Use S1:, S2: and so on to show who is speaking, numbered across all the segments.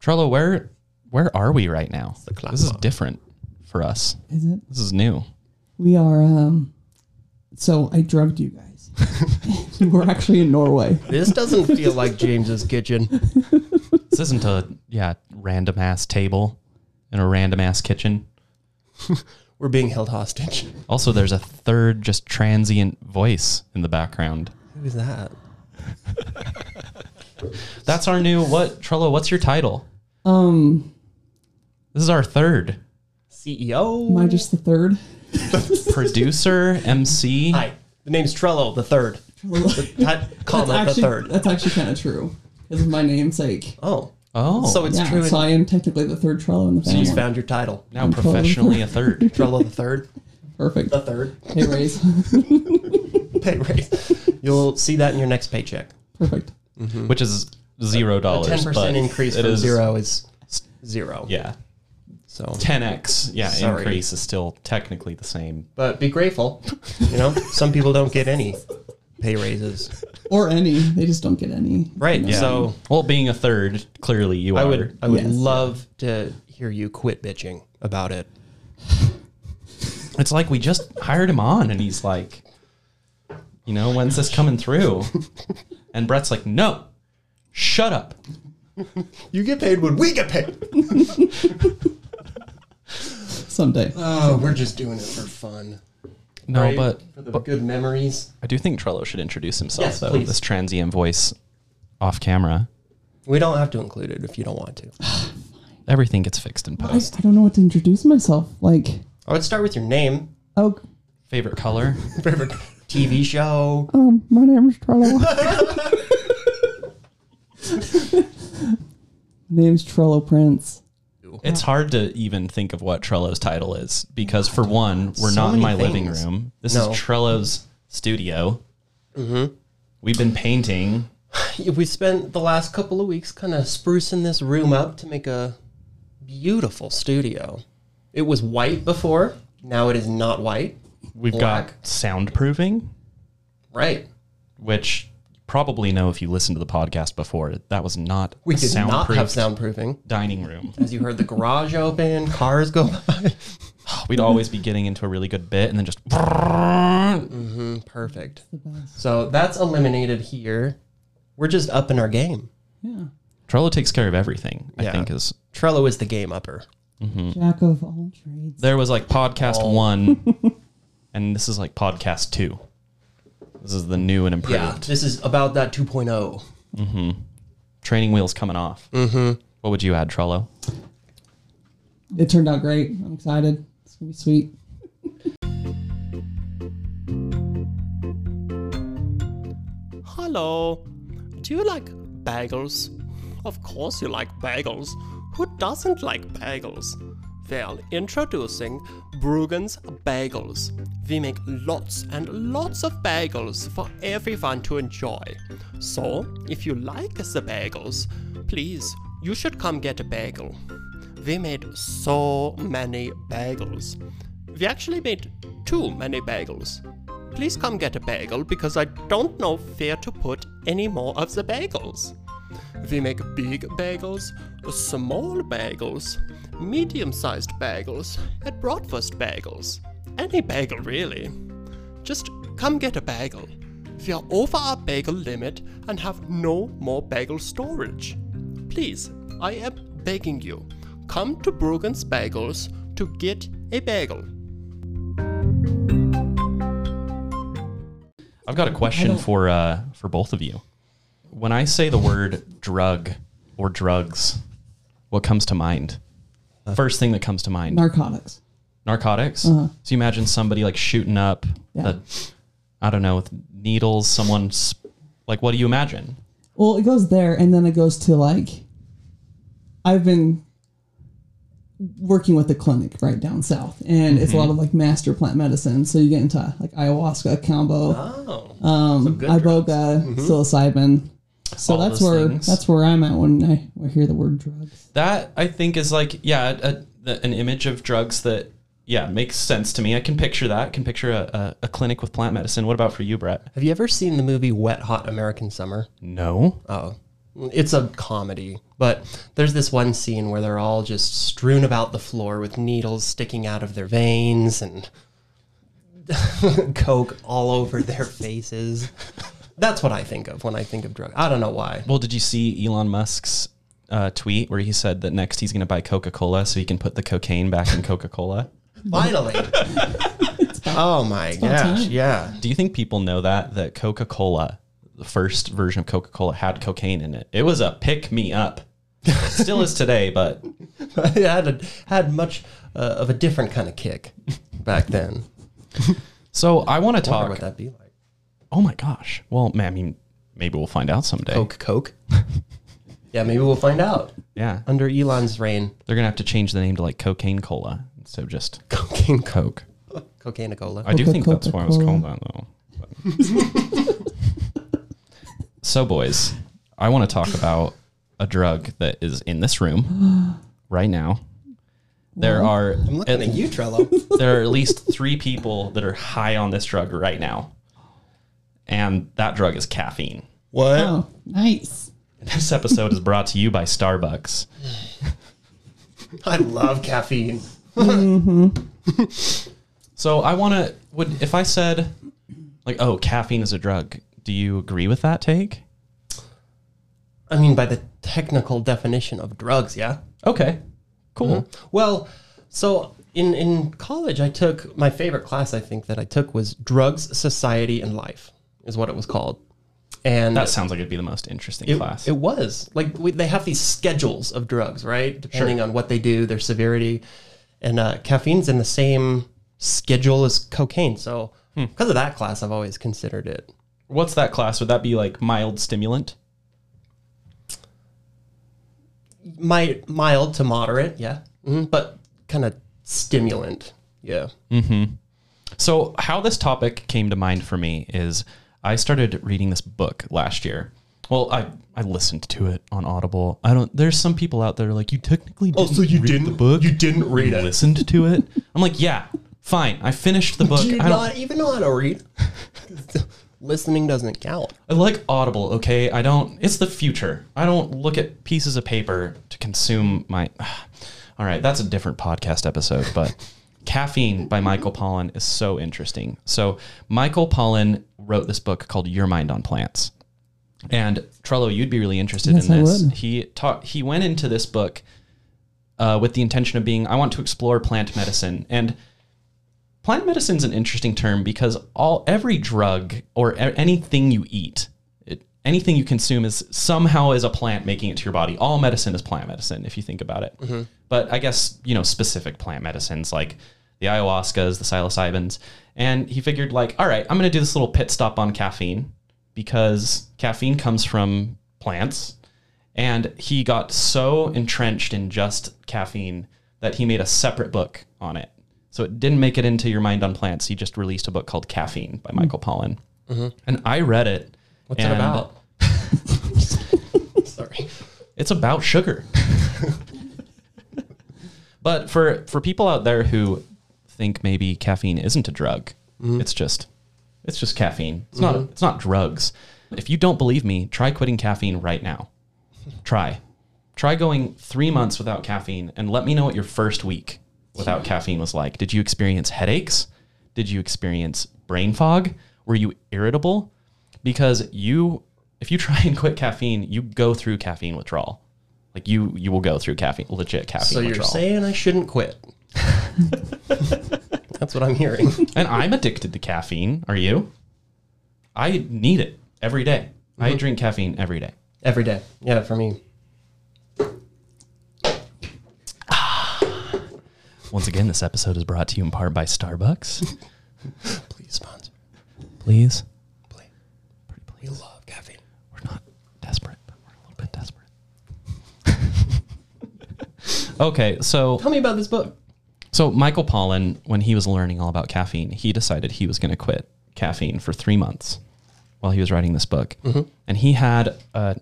S1: Trello, where where are we right now?
S2: the cloud
S1: This is
S2: part.
S1: different for us.
S3: Is it?
S1: This is new.
S3: We are. Um, so I drugged you guys. We're actually in Norway.
S2: This doesn't feel like James's kitchen.
S1: This isn't a yeah random ass table in a random ass kitchen.
S2: We're being held hostage.
S1: Also, there's a third just transient voice in the background.
S2: Who's that?
S1: That's our new what Trello? What's your title?
S3: Um,
S1: This is our third
S2: CEO.
S3: am I just the third?
S1: producer, MC.
S2: Hi. The name's Trello, the third.
S3: that's
S2: Hi, comma,
S3: actually,
S2: the third.
S3: That's actually kind of true. Because of my namesake.
S2: Oh.
S1: Oh,
S2: So it's
S3: yeah,
S2: true.
S3: so I am technically the third Trello in the
S2: you
S3: family.
S2: found your title.
S1: now professionally a third.
S2: Trello the third.
S3: Perfect.
S2: The third.
S3: Hey, raise.
S2: Pay raise. You'll see that in your next paycheck.
S3: Perfect.
S1: which is zero dollars.
S2: Mm-hmm. Ten
S1: but
S2: percent increase
S1: it
S2: from
S1: is-
S2: zero is zero.
S1: Yeah,
S2: So
S1: ten x. Yeah,
S2: Sorry.
S1: increase is still technically the same.
S2: but be grateful. You know, some people don't get any pay raises.
S3: Or any. They just don't get any.
S2: Right.
S1: Yeah.
S2: So
S1: well, being a third, clearly you
S2: I
S1: are.
S2: would I would
S3: Yes.
S2: love to hear you quit bitching about it.
S1: It's like we just hired him on, and he's like, you know, when's this coming through? And Brett's like, no, shut up.
S2: You get paid when we get paid.
S3: Someday.
S2: Oh, we're just doing it for fun.
S1: No,
S2: right?
S1: but
S2: for the good memories.
S1: I do think Trello should introduce himself
S2: Yes,
S1: though.
S2: please.
S1: This transient voice off camera.
S2: We don't have to include it if you don't want to.
S1: Everything gets fixed in
S3: I,
S1: post.
S3: I don't know what to introduce myself. Like,
S2: I would start with your name,
S3: oh,
S1: Favorite color?
S2: favorite TV show.
S3: um, my name is Trello. Name's Trello Prince.
S1: It's hard to even think of what Trello's title is because, for one, we're
S2: So
S1: not in my
S2: many
S1: living
S2: things.
S1: room. This
S2: No. Mm-hmm.
S1: is Trello's studio. We've been painting.
S2: We spent the last couple of weeks kind of sprucing this room up to make a beautiful studio. It was white before. Now it is not white.
S1: We've
S2: Black.
S1: got soundproofing,
S2: Right.
S1: which you probably know if you listened to the podcast before. That was not
S2: We
S1: a
S2: did not have
S1: soundproofed
S2: soundproofing.
S1: dining room.
S2: As you heard the garage open, cars go by.
S1: We'd always be getting into a really good bit and then just
S2: Perfect. So that's eliminated here. We're just up in our game.
S3: Yeah.
S1: Trello takes care of everything. I
S2: Yeah.
S1: think is
S2: Trello is the game upper.
S3: Jack of all trades.
S1: there was like podcast one, and this is like podcast two. This is the new and improved.
S2: Yeah, this is about that oh. 2.0.
S1: training wheels coming off.
S2: Mm-hmm.
S1: What would you add, Trello?
S3: It turned out great. I'm excited. It's going to be sweet.
S4: Hello. Do you like bagels? Of course you like bagels. Who doesn't like bagels? Well, introducing Bruggen's Bagels. We make lots and lots of bagels for everyone to enjoy. So, if you like the bagels, please, you should come get a bagel. We made so many bagels. We actually made too many bagels. Please come get a bagel because I don't know where to put any more of the bagels. We make big bagels, small bagels, medium sized bagels, and breakfast bagels. Any bagel, really. Just come get a bagel. We are over our bagel limit and have no more bagel storage. Please, I am begging you, come to Bruggen's Bagels to get a bagel.
S1: I've got a question
S3: don't-
S1: for uh, for both of you. When I say the word drug or drugs, what comes to mind? First thing that comes to mind:
S3: Narcotics.
S1: narcotics. So you imagine somebody like shooting up,
S3: Uh-huh. Yeah.
S1: a, I don't know, with needles. Someone's like, what do you imagine?
S3: Well, it goes there and then it goes to like I've been working with a clinic right down south and it's a
S1: Mm-hmm.
S3: lot of like master plant medicine. So you get into like ayahuasca, combo,
S1: Ah,
S2: Oh.
S3: um, iboga, psilocybin. So
S1: Mm-hmm. All
S3: that's
S1: those
S3: where
S1: things.
S3: that's where I'm at when I, when I hear the word drugs.
S1: That I think is like yeah, a, a, an image of drugs that yeah makes sense to me. I can picture that. I can picture a, a, a clinic with plant medicine. What about for you, Brett?
S2: Have you ever seen the movie Wet Hot American Summer?
S1: No.
S2: Oh. It's a comedy, but there's this one scene where they're all just strewn about the floor with needles sticking out of their veins and coke all over their faces. That's what I think of when I think of drugs. I don't know why.
S1: Well, did you see Elon Musk's uh, tweet where he said that next he's going to buy Coca Cola so he can put the cocaine back in Coca Cola?
S2: Finally. oh my gosh.
S3: time.
S2: Yeah.
S1: Do you think people know that that Coca Cola, the first version of Coca Cola, had cocaine in it? It was a pick me up. Still is today, but
S2: it had a, had much uh, of a different kind of kick back then.
S1: so I want to
S2: What
S1: talk.
S2: would that be like?
S1: Oh my gosh! Well, ma- I mean, maybe we'll find out someday.
S2: Coke, Coke. yeah, maybe we'll find out
S1: Yeah,
S2: under Elon's reign.
S1: they're gonna have to change the name to like Cocaine Cola. So just
S2: Cocaine, co-
S1: Coke.
S2: cocaine, cola.
S1: I do think that's why I was
S3: Coca-Cola.
S1: called that though. so, boys, I want to talk about a drug that is in this room right now. There are
S2: I'm looking at you, Trello.
S1: there are at least three people that are high on this drug right now, and that drug is caffeine.
S2: what?
S3: Oh, nice.
S1: This episode is brought to you by Starbucks.
S2: I love caffeine.
S1: So I want to would if I said like oh caffeine is a drug, do you agree with that take?
S2: I mean, by the technical definition of drugs, yeah.
S1: Okay. Cool.
S2: Well, so in in college, I took my favorite class. I think that I took was drugs, society, and life is what it was called. And
S1: That sounds like it'd be the most interesting
S2: it,
S1: class.
S2: It was like we, they have these schedules of drugs, right? Depending on what they do, their severity, and uh, caffeine's in the same schedule as cocaine. So
S1: Hmm.
S2: because of that class, I've always considered it.
S1: What's that class? Would that be like mild stimulant?
S2: My mild to moderate, yeah, Mhm, but kind of stimulant, yeah.
S1: So, how this topic came to mind for me is I started reading this book last year. Well, I, I listened to it on Audible. I don't. There's some people out there like you technically. Didn't read the book.
S2: Oh, didn't read
S1: You listened to it. I'm like, yeah, fine. I finished the book.
S2: Do you
S1: I don't.
S2: not even know how to read? Listening doesn't count.
S1: I like Audible. Okay, I don't. It's the future. I don't look at pieces of paper to consume my. All right, that's a different podcast episode, but. Caffeine by Michael Pollan is so interesting. So, Michael Pollan wrote this book called Your Mind on Plants. And Trello, you'd be really interested
S3: Yes, I
S1: in this.
S3: would.
S1: He taught he went into this book uh, with the intention of being I want to explore plant medicine. And plant medicine's an interesting term because all every drug or a- anything you eat, it, anything you consume is somehow is a plant making it to your body. All medicine is plant medicine if you think about it. But I guess you know specific plant medicines like the ayahuascas, the psilocybins, and he figured like, all right, I'm going to do this little pit stop on caffeine because caffeine comes from plants. And he got so entrenched in just caffeine that he made a separate book on it. So it didn't make it into Your Mind on Plants. He just released a book called Caffeine by Michael Pollan. And I read it.
S2: Mm. Mm-hmm. What's
S1: and
S2: it about? Sorry.
S1: It's about sugar. but for for people out there who think maybe caffeine isn't a drug,
S2: Mm-hmm.
S1: it's just it's just caffeine. It's not it's not drugs. If you don't believe me, try quitting caffeine right now. Try. Try going 3 months without caffeine and let me know what your first week without caffeine was like. Did you experience headaches? Did you experience brain fog? Were you irritable? Because you if you try and quit caffeine, you go through caffeine withdrawal. Like you you will go through caffeine legit caffeine
S2: So you're
S1: withdrawal.
S2: saying I shouldn't quit? That's what I'm hearing.
S1: And I'm addicted to caffeine. Are you? I need it every day. I drink caffeine every day.
S2: Every day. Yeah, for me.
S1: Once again, this episode is brought to you in part by Starbucks.
S2: Please sponsor.
S1: Please.
S2: Please.
S1: Pretty
S2: We
S1: please.
S2: love caffeine.
S1: We're not desperate, but we're a little bit desperate. okay, so
S2: Tell me about this book.
S1: so Michael Pollan, when he was learning all about caffeine, he decided he was going to quit caffeine for three months while he was writing this book, and he had a,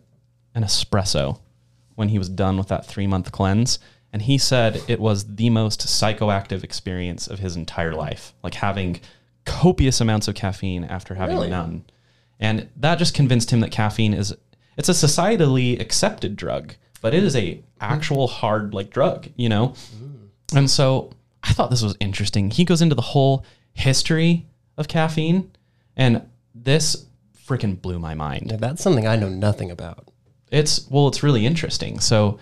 S1: an espresso when he was done with that three month cleanse, and he said it was the most psychoactive experience of his entire life, like having copious amounts of caffeine after having
S2: Really?
S1: none, and that just convinced him that caffeine is It's a societally accepted drug, but it is a actual hard like drug, you know. And so I thought this was interesting. He goes into the whole history of caffeine, and this freaking blew my mind
S2: Yeah, that's something I know nothing about.
S1: it's well it's really interesting so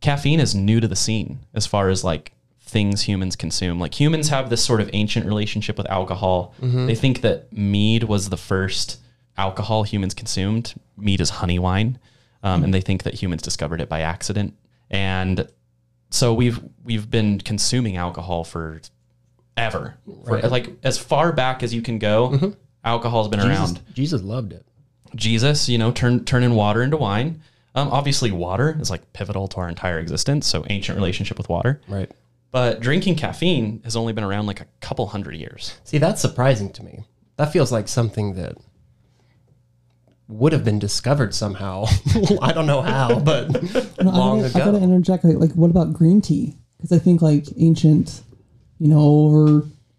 S1: caffeine is new to the scene as far as like things humans consume like humans have this sort of ancient relationship with alcohol they think that mead was the first alcohol humans consumed mead is honey wine um, and they think that humans discovered it by accident and so we've we've been consuming alcohol for ever for, like as far back as you can go alcohol's been
S2: Jesus,
S1: around
S2: Jesus loved it.
S1: Jesus, you know, turn turning water into wine. Um, obviously, water is like pivotal to our entire existence. So ancient relationship with water.
S2: Right.
S1: But drinking caffeine has only been around like a couple hundred years.
S2: See, that's surprising to me. That feels like something that would have been discovered somehow. I don't know how, but
S3: No, I
S2: long
S3: gotta- I gotta
S2: ago.
S3: interject. Like, like, what about green tea? Because I think like ancient, you know, or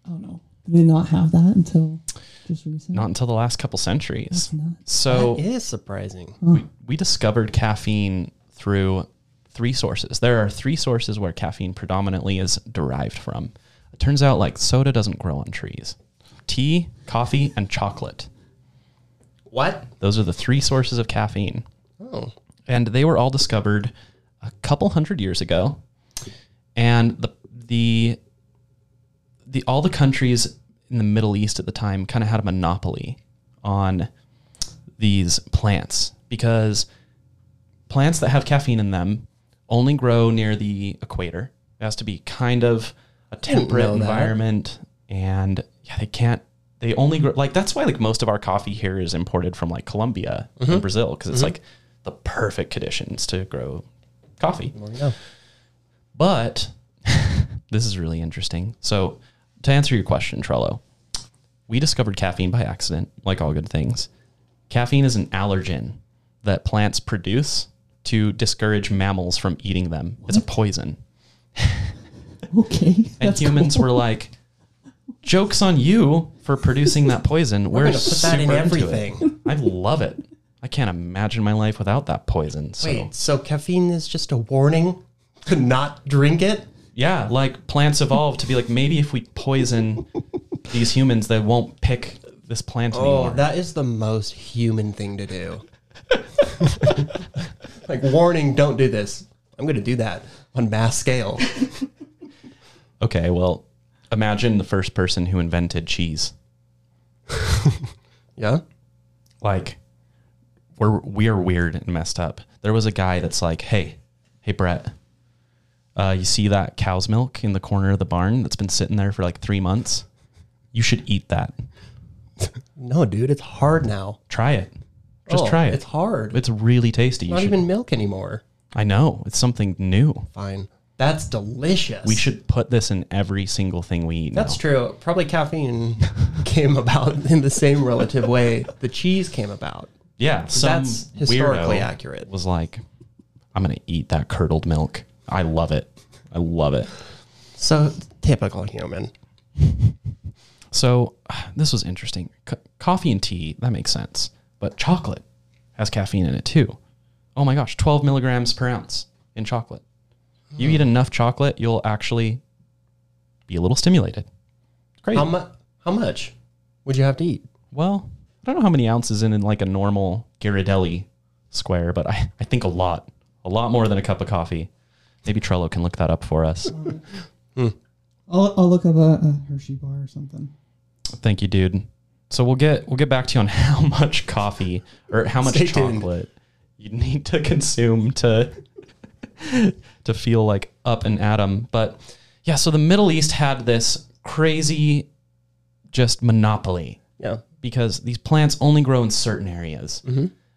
S3: I don't know, they did not have that until just recent.
S1: Not until the last couple centuries.
S3: nuts.
S1: So
S2: It is surprising.
S1: we, we discovered caffeine through three sources. There are three sources where caffeine predominantly is derived from. It turns out like soda doesn't grow on trees. Tea, coffee, and chocolate.
S2: What?
S1: Those are the three sources of caffeine.
S2: Oh,
S1: and they were all discovered a couple hundred years ago. And the the the all the countries in the Middle East at the time kind of had a monopoly on these plants because plants that have caffeine in them only grow near the equator. It has to be kind of a temperate
S2: know that.
S1: environment, and yeah, they can't. They only grow like that's why like most of our coffee here is imported from like Colombia
S2: Mm-hmm.
S1: and Brazil because it's like the perfect conditions to grow coffee.
S2: no.
S1: But this is really interesting. So, to answer your question, Trello, we discovered caffeine by accident, like all good things. Caffeine is an allergen that plants produce to discourage mammals from eating them. It's a poison.
S3: Okay,
S1: And
S3: that's
S1: humans were like, jokes on you for producing that poison. We're,
S2: We're gonna
S1: super
S2: put that in
S1: into it."
S2: everything.
S1: I love it. I can't imagine my life without that poison. So.
S2: Wait, so caffeine is just a warning to not drink it?
S1: Yeah, like plants evolved to be like maybe if we poison these humans, they won't pick this plant
S2: Oh,
S1: anymore.
S2: that is the most human thing to do. like warning, don't do this. I'm going to do that on mass scale.
S1: okay, well, imagine the first person who invented cheese.
S2: Yeah.
S1: Like, we're we're weird and messed up. There was a guy that's like, hey, hey Brett, uh, you see that cow's milk in the corner of the barn that's been sitting there for like three months? You should eat that.
S2: No, dude, it's hard now.
S1: Try it. Just
S2: Oh,
S1: try it.
S2: It's hard.
S1: It's really tasty. You
S2: not
S1: should-
S2: even milk anymore.
S1: I know. It's something new.
S2: Fine. That's delicious.
S1: We should put this in every single thing we eat.
S2: That's
S1: now.
S2: true. Probably caffeine came about in the same relative way the cheese came about.
S1: Yeah, some
S2: That's historically
S1: weirdo
S2: accurate.
S1: Was like, I'm gonna eat that curdled milk. I love it. I love it.
S2: So typical human.
S1: So this was interesting. Co- coffee and tea that makes sense, but chocolate has caffeine in it too. Oh my gosh, 12 milligrams per ounce in chocolate. You eat enough chocolate, you'll actually be a little stimulated. Crazy.
S2: How, mu- how much would you have to eat?
S1: well, I don't know how many ounces in, in like a normal Ghirardelli square, but I, I think a lot, a lot more than a cup of coffee. Maybe Trello can look that up for us.
S3: cool. I'll, I'll look up a, a Hershey bar or something.
S1: Thank you, dude. So we'll get we'll get back to you on how much coffee or how much
S2: Stay tuned.
S1: chocolate you need to consume to to feel like up and atom. But yeah, so the Middle East had this crazy just monopoly
S2: Yeah.
S1: because these plants only grow in certain areas.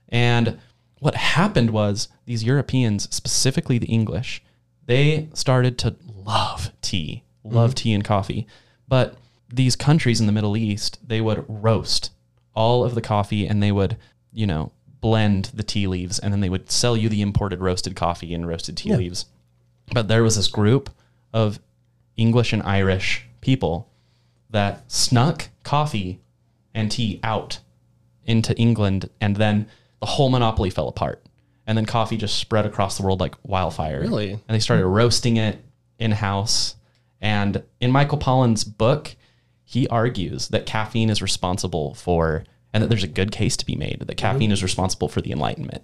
S1: And what happened was these Europeans, specifically the English, they started to love tea, love tea and coffee. But these countries in the Middle East, they would roast all of the coffee and they would, you know, blend the tea leaves and then they would sell you the imported roasted coffee and roasted tea leaves. But there was this group of English and Irish people that snuck coffee and tea out into England and then the whole monopoly fell apart. And then coffee just spread across the world like wildfire.
S2: Really?
S1: And they started roasting it in house. And in Michael Pollan's book, he argues that caffeine is responsible for, and that there's a good case to be made that caffeine is responsible for the Enlightenment.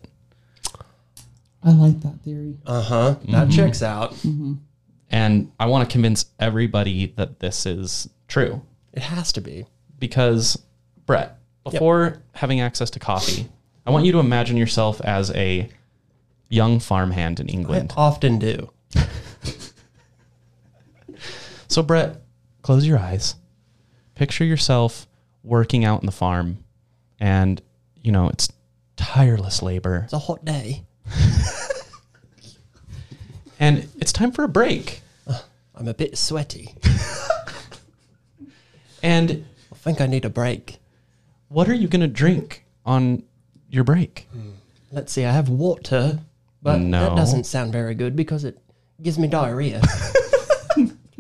S3: I like that theory.
S2: Uh huh. That checks out.
S1: And I want to convince everybody that this is true.
S2: It has to be.
S1: because Brett, before having access to coffee, I want you to imagine yourself as a young farmhand in
S2: I
S1: England.
S2: often do.
S1: So Brett, close your eyes. Picture yourself working out in the farm and you know, it's tireless labor.
S2: It's a hot day.
S1: And it's time for a break.
S2: I'm a bit sweaty.
S1: And
S2: I think I need a break.
S1: what are you going to drink on your break?
S2: Let's see. I have water, but
S1: No.
S2: that doesn't sound very good because it gives me diarrhea.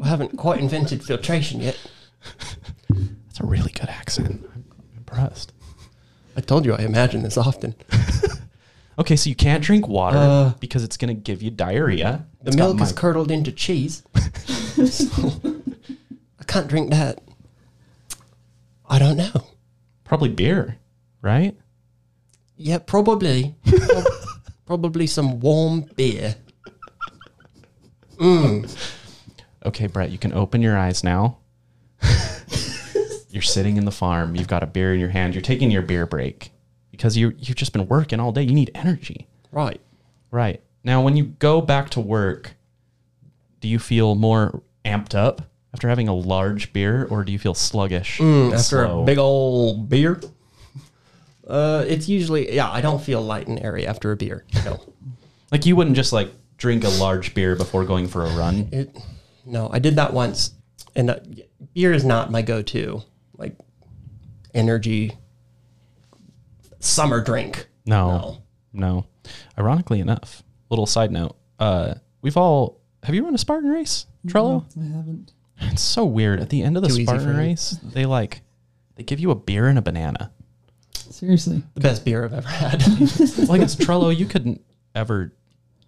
S2: I haven't quite invented filtration yet.
S1: That's a really good accent. I'm impressed.
S2: I told you I imagine this often.
S1: Okay, so you can't drink water
S2: Uh,
S1: because it's going to give you diarrhea.
S2: The
S1: It's got
S2: milk is
S1: mi-
S2: curdled into cheese. I can't drink that. I don't know.
S1: probably beer, right?
S2: Yeah, probably. Prob- probably some warm beer.
S1: Okay, Brett, you can open your eyes now. you're sitting in the farm. You've got a beer in your hand. You're taking your beer break because you you've just been working all day. You need energy.
S2: Right.
S1: Right. Now, when you go back to work, do you feel more amped up after having a large beer or do you feel sluggish? and
S2: Mm, after
S1: slow?
S2: a big old beer. Uh, it's usually yeah. I don't feel light and airy after a beer. No,
S1: like you wouldn't just like drink a large beer before going for a run.
S2: it, no. I did that once, and uh, beer is not my go-to like energy summer drink.
S1: No. No. Ironically enough, little side note, uh, we've all have you run a Spartan race, Trello?
S3: I haven't.
S1: It's so weird. At the end of the
S2: Too easy for
S1: Spartan
S2: you.
S1: race, they like they give you a beer and a banana.
S3: Seriously.
S2: the best beer I've ever had.
S1: Well, I guess Trello, you couldn't ever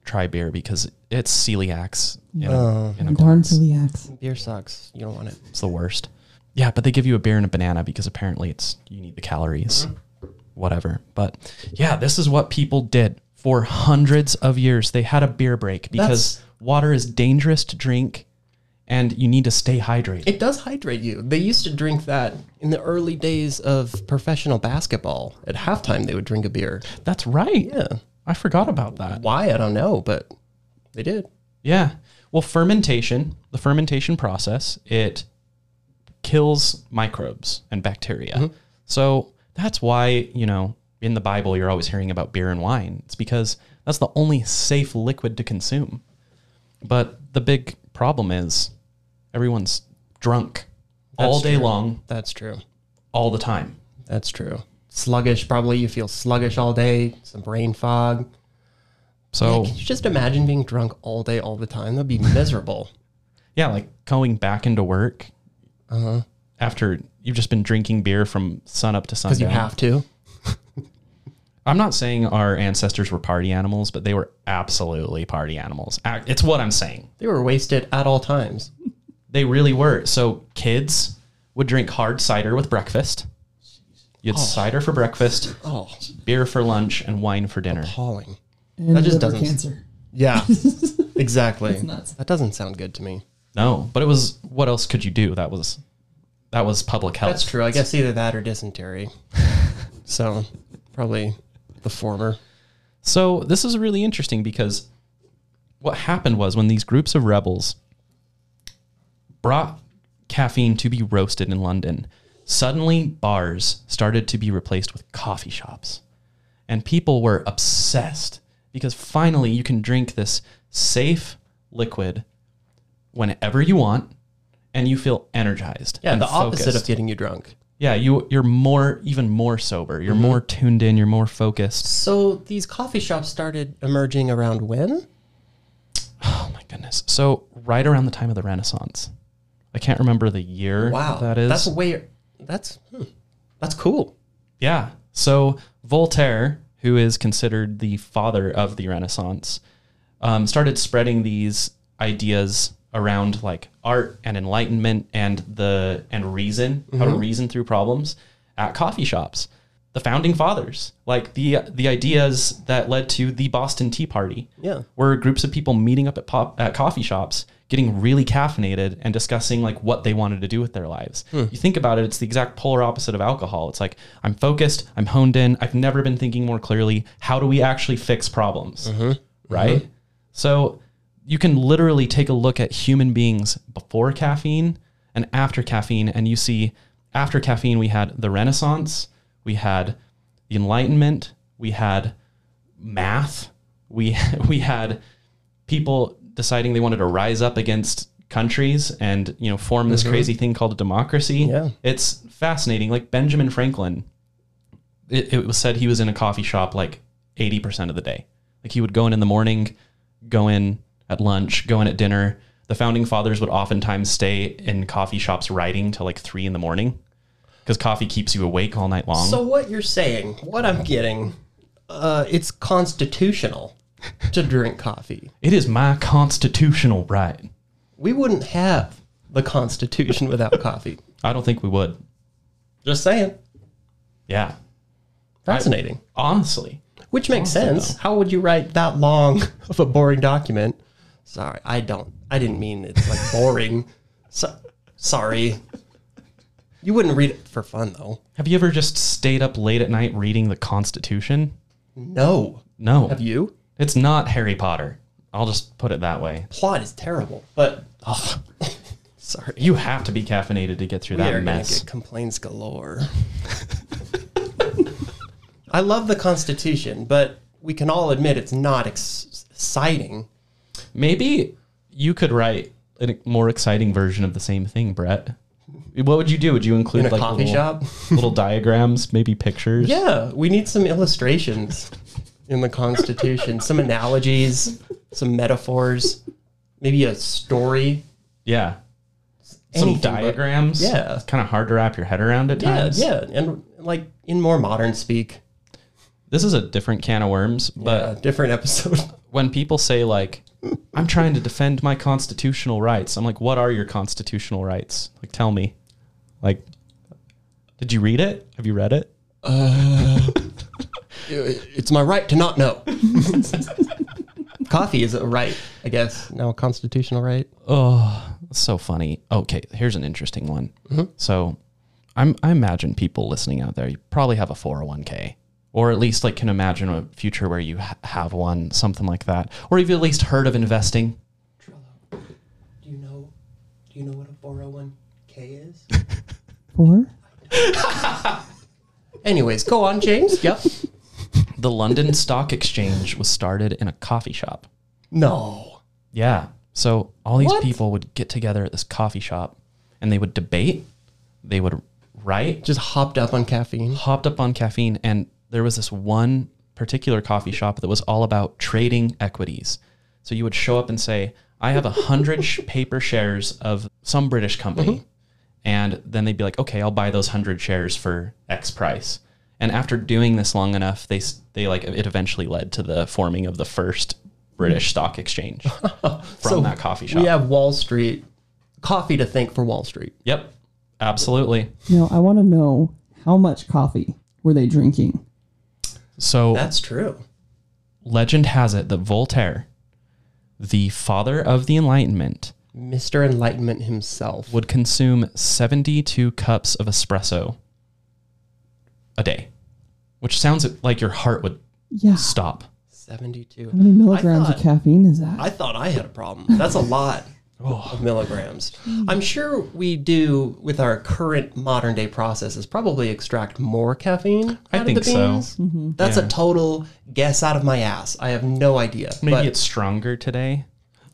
S1: try beer because it's celiacs. In a, in a
S3: I'm darn
S1: glass.
S3: celiacs.
S2: beer sucks. You don't want it.
S1: It's the worst. Yeah, but they give you a beer and a banana because apparently it's you need the calories,
S2: Mm-hmm.
S1: whatever. But yeah, this is what people did for hundreds of years. They had a beer break because
S2: That's-
S1: water is dangerous to drink, and you need to stay hydrated.
S2: It does hydrate you. They used to drink that in the early days of professional basketball. At halftime, they would drink a beer.
S1: That's right.
S2: Yeah.
S1: I forgot about that.
S2: Why I don't know, but they did.
S1: Yeah. Well, fermentation, the fermentation process, it kills microbes and bacteria.
S2: Mm-hmm.
S1: So that's why, you know, in the Bible, you're always hearing about beer and wine. It's because that's the only safe liquid to consume. But the big problem is everyone's drunk all
S2: That's
S1: day
S2: true.
S1: long,
S2: That's true.
S1: all the time.
S2: That's true. Sluggish, probably. You feel sluggish all day, some brain fog.
S1: So,
S2: Can you just imagine being drunk all day, all the time? That'd be miserable.
S1: yeah, like going back into work
S2: Uh-huh.
S1: after you've just been drinking beer from sun up to sundown.
S2: Because you have to.
S1: I'm not saying our ancestors were party animals, but they were absolutely party animals. Ac- It's what I'm saying.
S2: They were wasted at all times.
S1: They really were. So kids would drink hard cider with breakfast. You had cider for breakfast,
S2: Oh,
S1: beer for lunch, and wine for dinner.
S2: appalling.
S3: And
S2: That just
S3: liver
S2: doesn't-
S3: cancer.
S2: Yeah, exactly.
S3: nuts.
S2: That doesn't sound good to me.
S1: No, but it was what else could you do? That was that was public health.
S2: That's true. I guess either that or dysentery. so, probably the former.
S1: So this is really interesting because what happened was when these groups of rebels brought caffeine to be roasted in London, suddenly bars started to be replaced with coffee shops. And people were obsessed because finally you can drink this safe liquid whenever you want and you feel energized.
S2: Yeah,
S1: and
S2: the opposite
S1: focused.
S2: of getting you drunk.
S1: Yeah, you you're more even more sober.
S2: Mm-hmm.
S1: You're more tuned in, you're more focused.
S2: So, these coffee shops started emerging around when?
S1: Oh my goodness. So right around the time of the Renaissance. I can't remember the year
S2: Wow.
S1: that is.
S2: That's way. That's, hmm, that's cool.
S1: yeah. So Voltaire, who is considered the father of the Renaissance, um, started spreading these ideas around like art and enlightenment and the and reason how to reason through problems at coffee shops the founding fathers like the the ideas that led to the boston tea party
S2: Yeah.
S1: were groups of people meeting up at pop at coffee shops getting really caffeinated and discussing like what they wanted to do with their lives you think about it it's the exact polar opposite of alcohol it's like i'm focused i'm honed in i've never been thinking more clearly how do we actually fix problems right so you can literally take a look at human beings before caffeine and after caffeine, and you see after caffeine, we had the Renaissance, we had the Enlightenment, we had math, we, we had people deciding they wanted to rise up against countries and you know form this crazy thing called a democracy
S2: Mm-hmm. Yeah.
S1: it's fascinating like benjamin franklin it, it was said he was in a coffee shop like 80% of the day. Like he would go in in the morning, go in at lunch, go in at dinner. The founding fathers would oftentimes stay in coffee shops writing till like three in the morning because coffee keeps you awake all night long.
S2: So what you're saying, what I'm getting, uh, it's constitutional to drink coffee.
S1: it is my constitutional right.
S2: We wouldn't have the Constitution without coffee.
S1: I don't think we would.
S2: Just saying.
S1: Yeah.
S2: Fascinating.
S1: Honestly.
S2: Which makes sense. How would you write that long of a boring document? Sorry, I don't. I didn't mean it's like boring. so, sorry. You wouldn't read it for fun though.
S1: Have you ever just stayed up late at night reading the Constitution?
S2: No.
S1: No.
S2: Have you?
S1: It's not Harry Potter. I'll just put it that way.
S2: Plot is terrible, but oh, sorry.
S1: You have to be caffeinated to get through
S2: We
S1: that
S2: are gonna
S1: mess.
S2: get complaints galore. I love the Constitution, but we can all admit it's not ex- exciting.
S1: Maybe you could write a more exciting version of the same thing, Brett. What would you do? Would you include
S2: In a
S1: like
S2: coffee
S1: little,
S2: shop?
S1: little diagrams, maybe pictures?
S2: Yeah, we need some illustrations in the Constitution, some analogies, some metaphors, maybe a story.
S1: yeah. Some
S2: Anything but-
S1: diagrams.
S2: Yeah.
S1: it's kind of hard to wrap your head around at
S2: Yeah,
S1: times.
S2: Uh, yeah, and like in more modern speak,
S1: This is a different can of worms, but
S2: a different episode.
S1: when people say like, "I'm trying to defend my constitutional rights," I'm like, "What are your constitutional rights? Like, tell me. Like, did you read it? Have you read it?
S2: It's my right to not know. Coffee is a right, I guess. Now a constitutional right.
S1: so funny. Okay, here's an interesting one. So, I'm I imagine people listening out there, you probably have a 401k, or at least like can imagine a future where you ha- have one, something like that, or you've at least heard of investing.
S2: Trello. Do you know? Do you know what a four hundred one k is?
S3: Four?
S2: Anyways, go on, James. Yep.
S1: The London Stock Exchange was started in a coffee shop.
S2: No.
S1: Yeah. So all these
S2: What?
S1: people would get together at this coffee shop, and they would debate. They would write.
S2: Just hopped up on caffeine.
S1: hopped up on caffeine and there was this one particular coffee shop that was all about trading equities. So you would show up and say, I have a hundred sh- paper shares of some British company.
S2: Mm-hmm.
S1: And then they'd be like, okay, I'll buy those hundred shares for X price. And after doing this long enough, they, s- they like, it eventually led to the forming of the first British stock exchange from that coffee shop.
S2: Mm. We have Wall Street coffee to thank for Wall Street.
S1: Yep. Absolutely.
S3: No, I want to know how much coffee were they drinking?
S1: So
S2: That's true.
S1: legend has it that Voltaire, the father of the Enlightenment,
S2: Mr. Enlightenment himself.
S1: would consume 72 cups of espresso a day, which sounds like your heart would
S3: Yeah.
S1: stop.
S2: Seventy two.
S3: How many milligrams
S2: I
S3: of
S2: thought-
S3: caffeine is that?
S2: I thought I had a problem. That's a lot
S1: Oh.
S2: of milligrams. I'm sure we do with our current modern day processes probably extract more caffeine.
S1: I
S2: out
S1: think
S2: of the
S1: so.
S2: beans. That's a total guess out of my ass. I have no idea.
S1: Maybe
S2: but
S1: it's stronger today.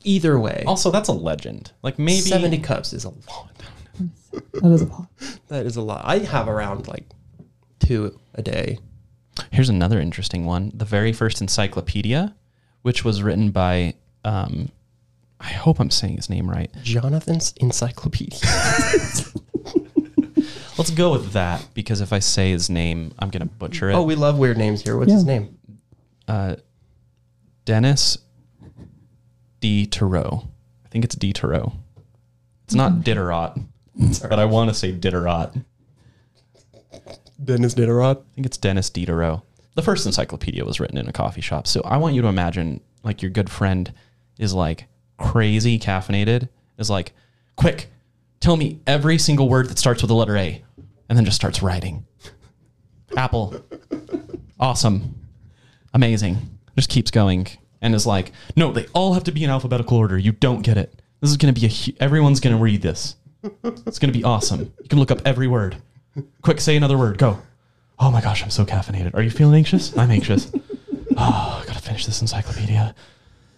S2: either way,
S1: Also, that's a legend. Like maybe
S2: 70 cups is a lot.
S3: that is a lot.
S2: That is a lot. I have around like two a day.
S1: here's another interesting one: the very first encyclopedia, which was written by, um, I hope I'm saying his name right.
S2: Jonathan's encyclopedia.
S1: Let's go with that because if I say his name, I'm gonna butcher it.
S2: oh, we love weird names here. What's his
S3: Yeah.
S2: name?
S1: uh, Dennis D. Thoreau. I think it's D. Thoreau. It's not Diderot, but I want to say Diderot.
S2: Dennis Diderot.
S1: I think it's Dennis Diderot. The first encyclopedia was written in a coffee shop. So I want you to imagine like your good friend is like crazy caffeinated, is like, quick, tell me every single word that starts with the letter A, and then just starts writing. Apple. Awesome. Amazing. Just keeps going and is like, no, they all have to be in alphabetical order. You don't get it. This is going to be a, hu- everyone's going to read this. It's going to be awesome. You can look up every word. Quick, say another word. Go. Oh my gosh, I'm so caffeinated. Are you feeling anxious? I'm anxious. Oh, I gotta finish this encyclopedia.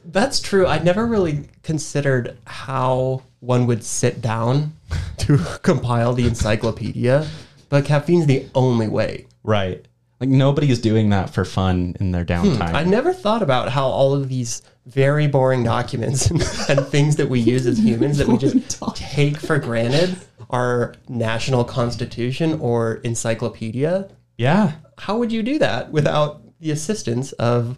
S2: That's true. I never really considered how one would sit down to compile the encyclopedia, but caffeine's the only way.
S1: Right. Like nobody is doing that for fun in their downtime.
S2: I never thought about how all of these very boring documents and, and things that we use as humans that we just take for granted our national constitution or encyclopedia.
S1: yeah.
S2: How would you do that without the assistance of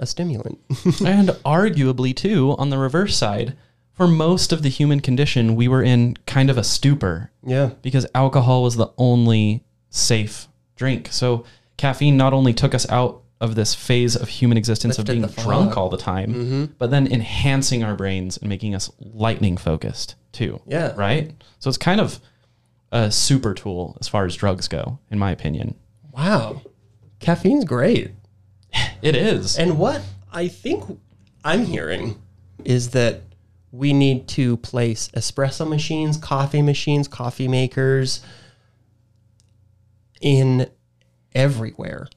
S2: a stimulant?
S1: and arguably too, on the reverse side, for most of the human condition, we were in kind of a stupor
S2: yeah.
S1: because alcohol was the only safe drink. So caffeine not only took us out of this phase of human existence of
S2: Lifted the Mm-hmm.
S1: being
S2: fog.
S1: drunk all the time, but then enhancing our brains and making us lightning focused too.
S2: Yeah.
S1: Right? So it's kind of a super tool as far as drugs go, in my opinion.
S2: Wow. Caffeine's great.
S1: It is.
S2: And what I think I'm hearing is that we need to place espresso machines, coffee machines, coffee makers in everywhere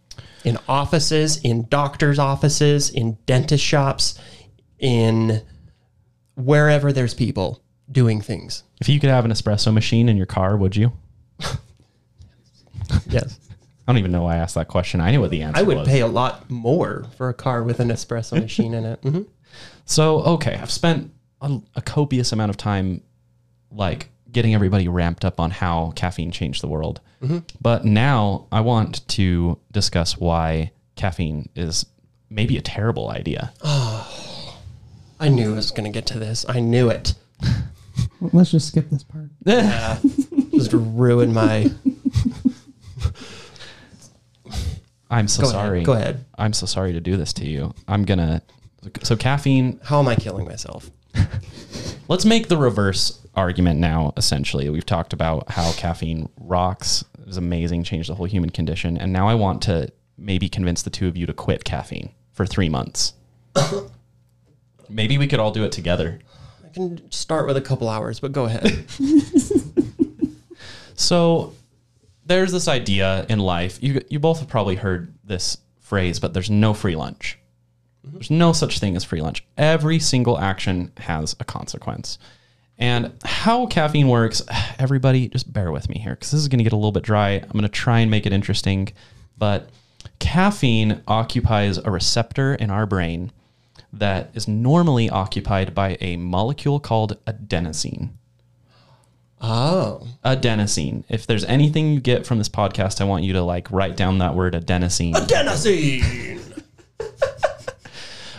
S2: in offices, in doctors' offices, in dentist shops, in wherever there's people doing things.
S1: If you could have an espresso machine in your car, would you?
S2: Yes.
S1: I don't even know why I asked that question. I knew what the answer
S2: I would
S1: was.
S2: pay a lot more for a car with an espresso machine in it. Mhm.
S1: So okay, I've spent a, a copious amount of time, like getting everybody ramped up on how caffeine changed the world.
S2: Mm-hmm.
S1: But now I want to discuss why caffeine is maybe a terrible idea.
S2: I knew I was going to get to this. I knew it.
S3: Let's just skip this part.
S2: just ruin my
S1: I'm so
S2: go
S1: sorry.
S2: ahead. Go ahead.
S1: I'm so sorry to do this to you. I'm gonna. So caffeine.
S2: How am I killing myself?
S1: Let's make the reverse argument now. Essentially, we've talked about how caffeine rocks. It was amazing, changed the whole human condition, and now I want to maybe convince the two of you to quit caffeine for three months. maybe we could all do it together.
S2: I can start with a couple hours, but go ahead.
S1: So there's this idea in life. You you both have probably heard this phrase, but there's no free lunch. There's no such thing as free lunch. Every single action has a consequence. And how caffeine works, everybody, just bear with me here because this is going to get a little bit dry. I'm going to try and make it interesting, but caffeine occupies a receptor in our brain that is normally occupied by a molecule called adenosine
S2: oh,
S1: adenosine. If there's anything you get from this podcast, I want you to like write down that word adenosine.
S2: adenosine.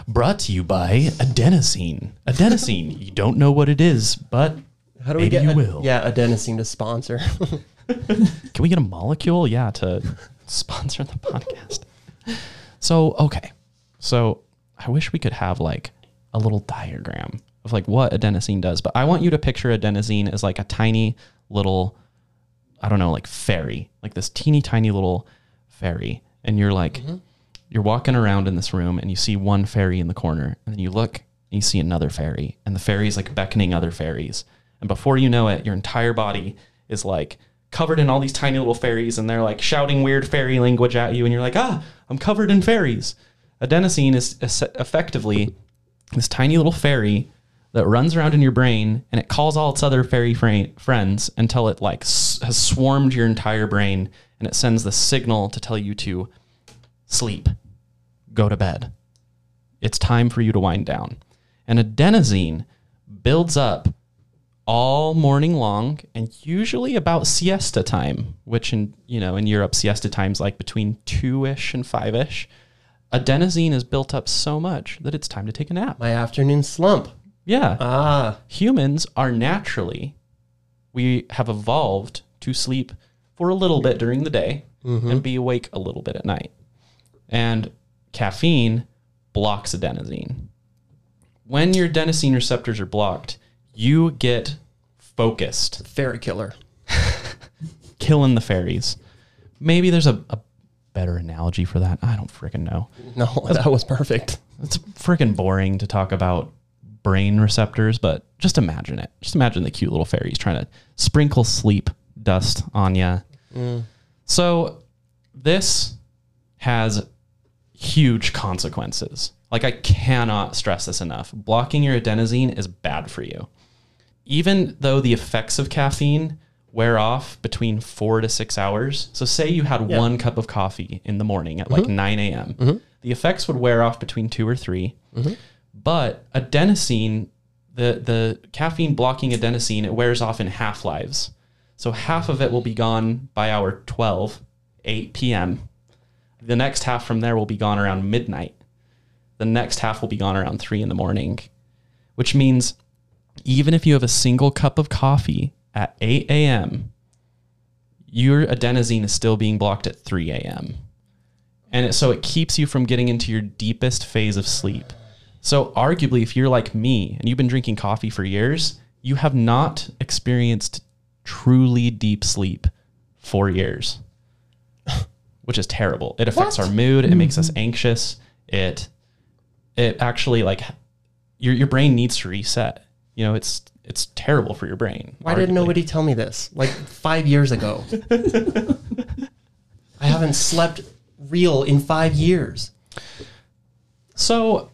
S1: Brought to you by adenosine. Adenosine. you don't know what it is, but
S2: How do we
S1: maybe
S2: get?
S1: you
S2: ad-
S1: will.
S2: Yeah, adenosine to sponsor.
S1: Can we get a molecule? Yeah, to sponsor the podcast. So, okay. So, I wish we could have like a little diagram of like what adenosine does, but I want you to picture adenosine as like a tiny little, I don't know, like fairy, like this teeny tiny little fairy. And you're like,
S2: Mm-hmm.
S1: you're walking around in this room and you see one fairy in the corner, and then you look and you see another fairy, and the fairy's like beckoning other fairies. And before you know it, your entire body is like covered in all these tiny little fairies, and they're like shouting weird fairy language at you, and you're like, ah, I'm covered in fairies. Adenosine is es- effectively this tiny little fairy that runs around in your brain and it calls all its other fairy fra- friends until it like s- has swarmed your entire brain and it sends the signal to tell you to sleep, go to bed. It's time for you to wind down. And adenosine builds up all morning long and usually about siesta time, which in you know in Europe siesta time's like between 2ish and 5ish. adenosine is built up so much that it's time to take a nap.
S2: My afternoon slump.
S1: Yeah.
S2: Ah,
S1: humans are naturally we have evolved to sleep for a little bit during the day and be awake a little bit at night and caffeine blocks adenosine when your adenosine receptors are blocked you get focused
S2: fairy killer.
S1: killing the fairies maybe there's a, a better analogy for that i don't freaking know
S2: No, that was perfect.
S1: it's freaking boring to talk about brain receptors, but just imagine it. Just imagine the cute little fairies trying to sprinkle sleep dust on ya. So this has huge consequences. Like I cannot stress this enough. Blocking your adenosine is bad for you. Even though the effects of caffeine wear off between four to six hours. So say you had one cup of coffee in the morning at like 9 a.m. The effects would wear off between two or 3 But adenosine, the the caffeine blocking adenosine, it wears off in half lives. So half of it will be gone by hour 12, 8 p.m. The next half from there will be gone around midnight. The next half will be gone around three in the morning, which means even if you have a single cup of coffee at 8 a.m., your adenosine is still being blocked at 3 a.m. And it, so it keeps you from getting into your deepest phase of sleep. So, arguably, if you're like me and you've been drinking coffee for years, you have not experienced truly deep sleep for years, which is terrible. It affects our mood, it makes us anxious, it it actually like your your brain needs to reset. You know, it's it's terrible for your brain.
S2: Why did
S1: arguably.
S2: nobody tell me this like five years ago? I haven't slept real in five years.
S1: So,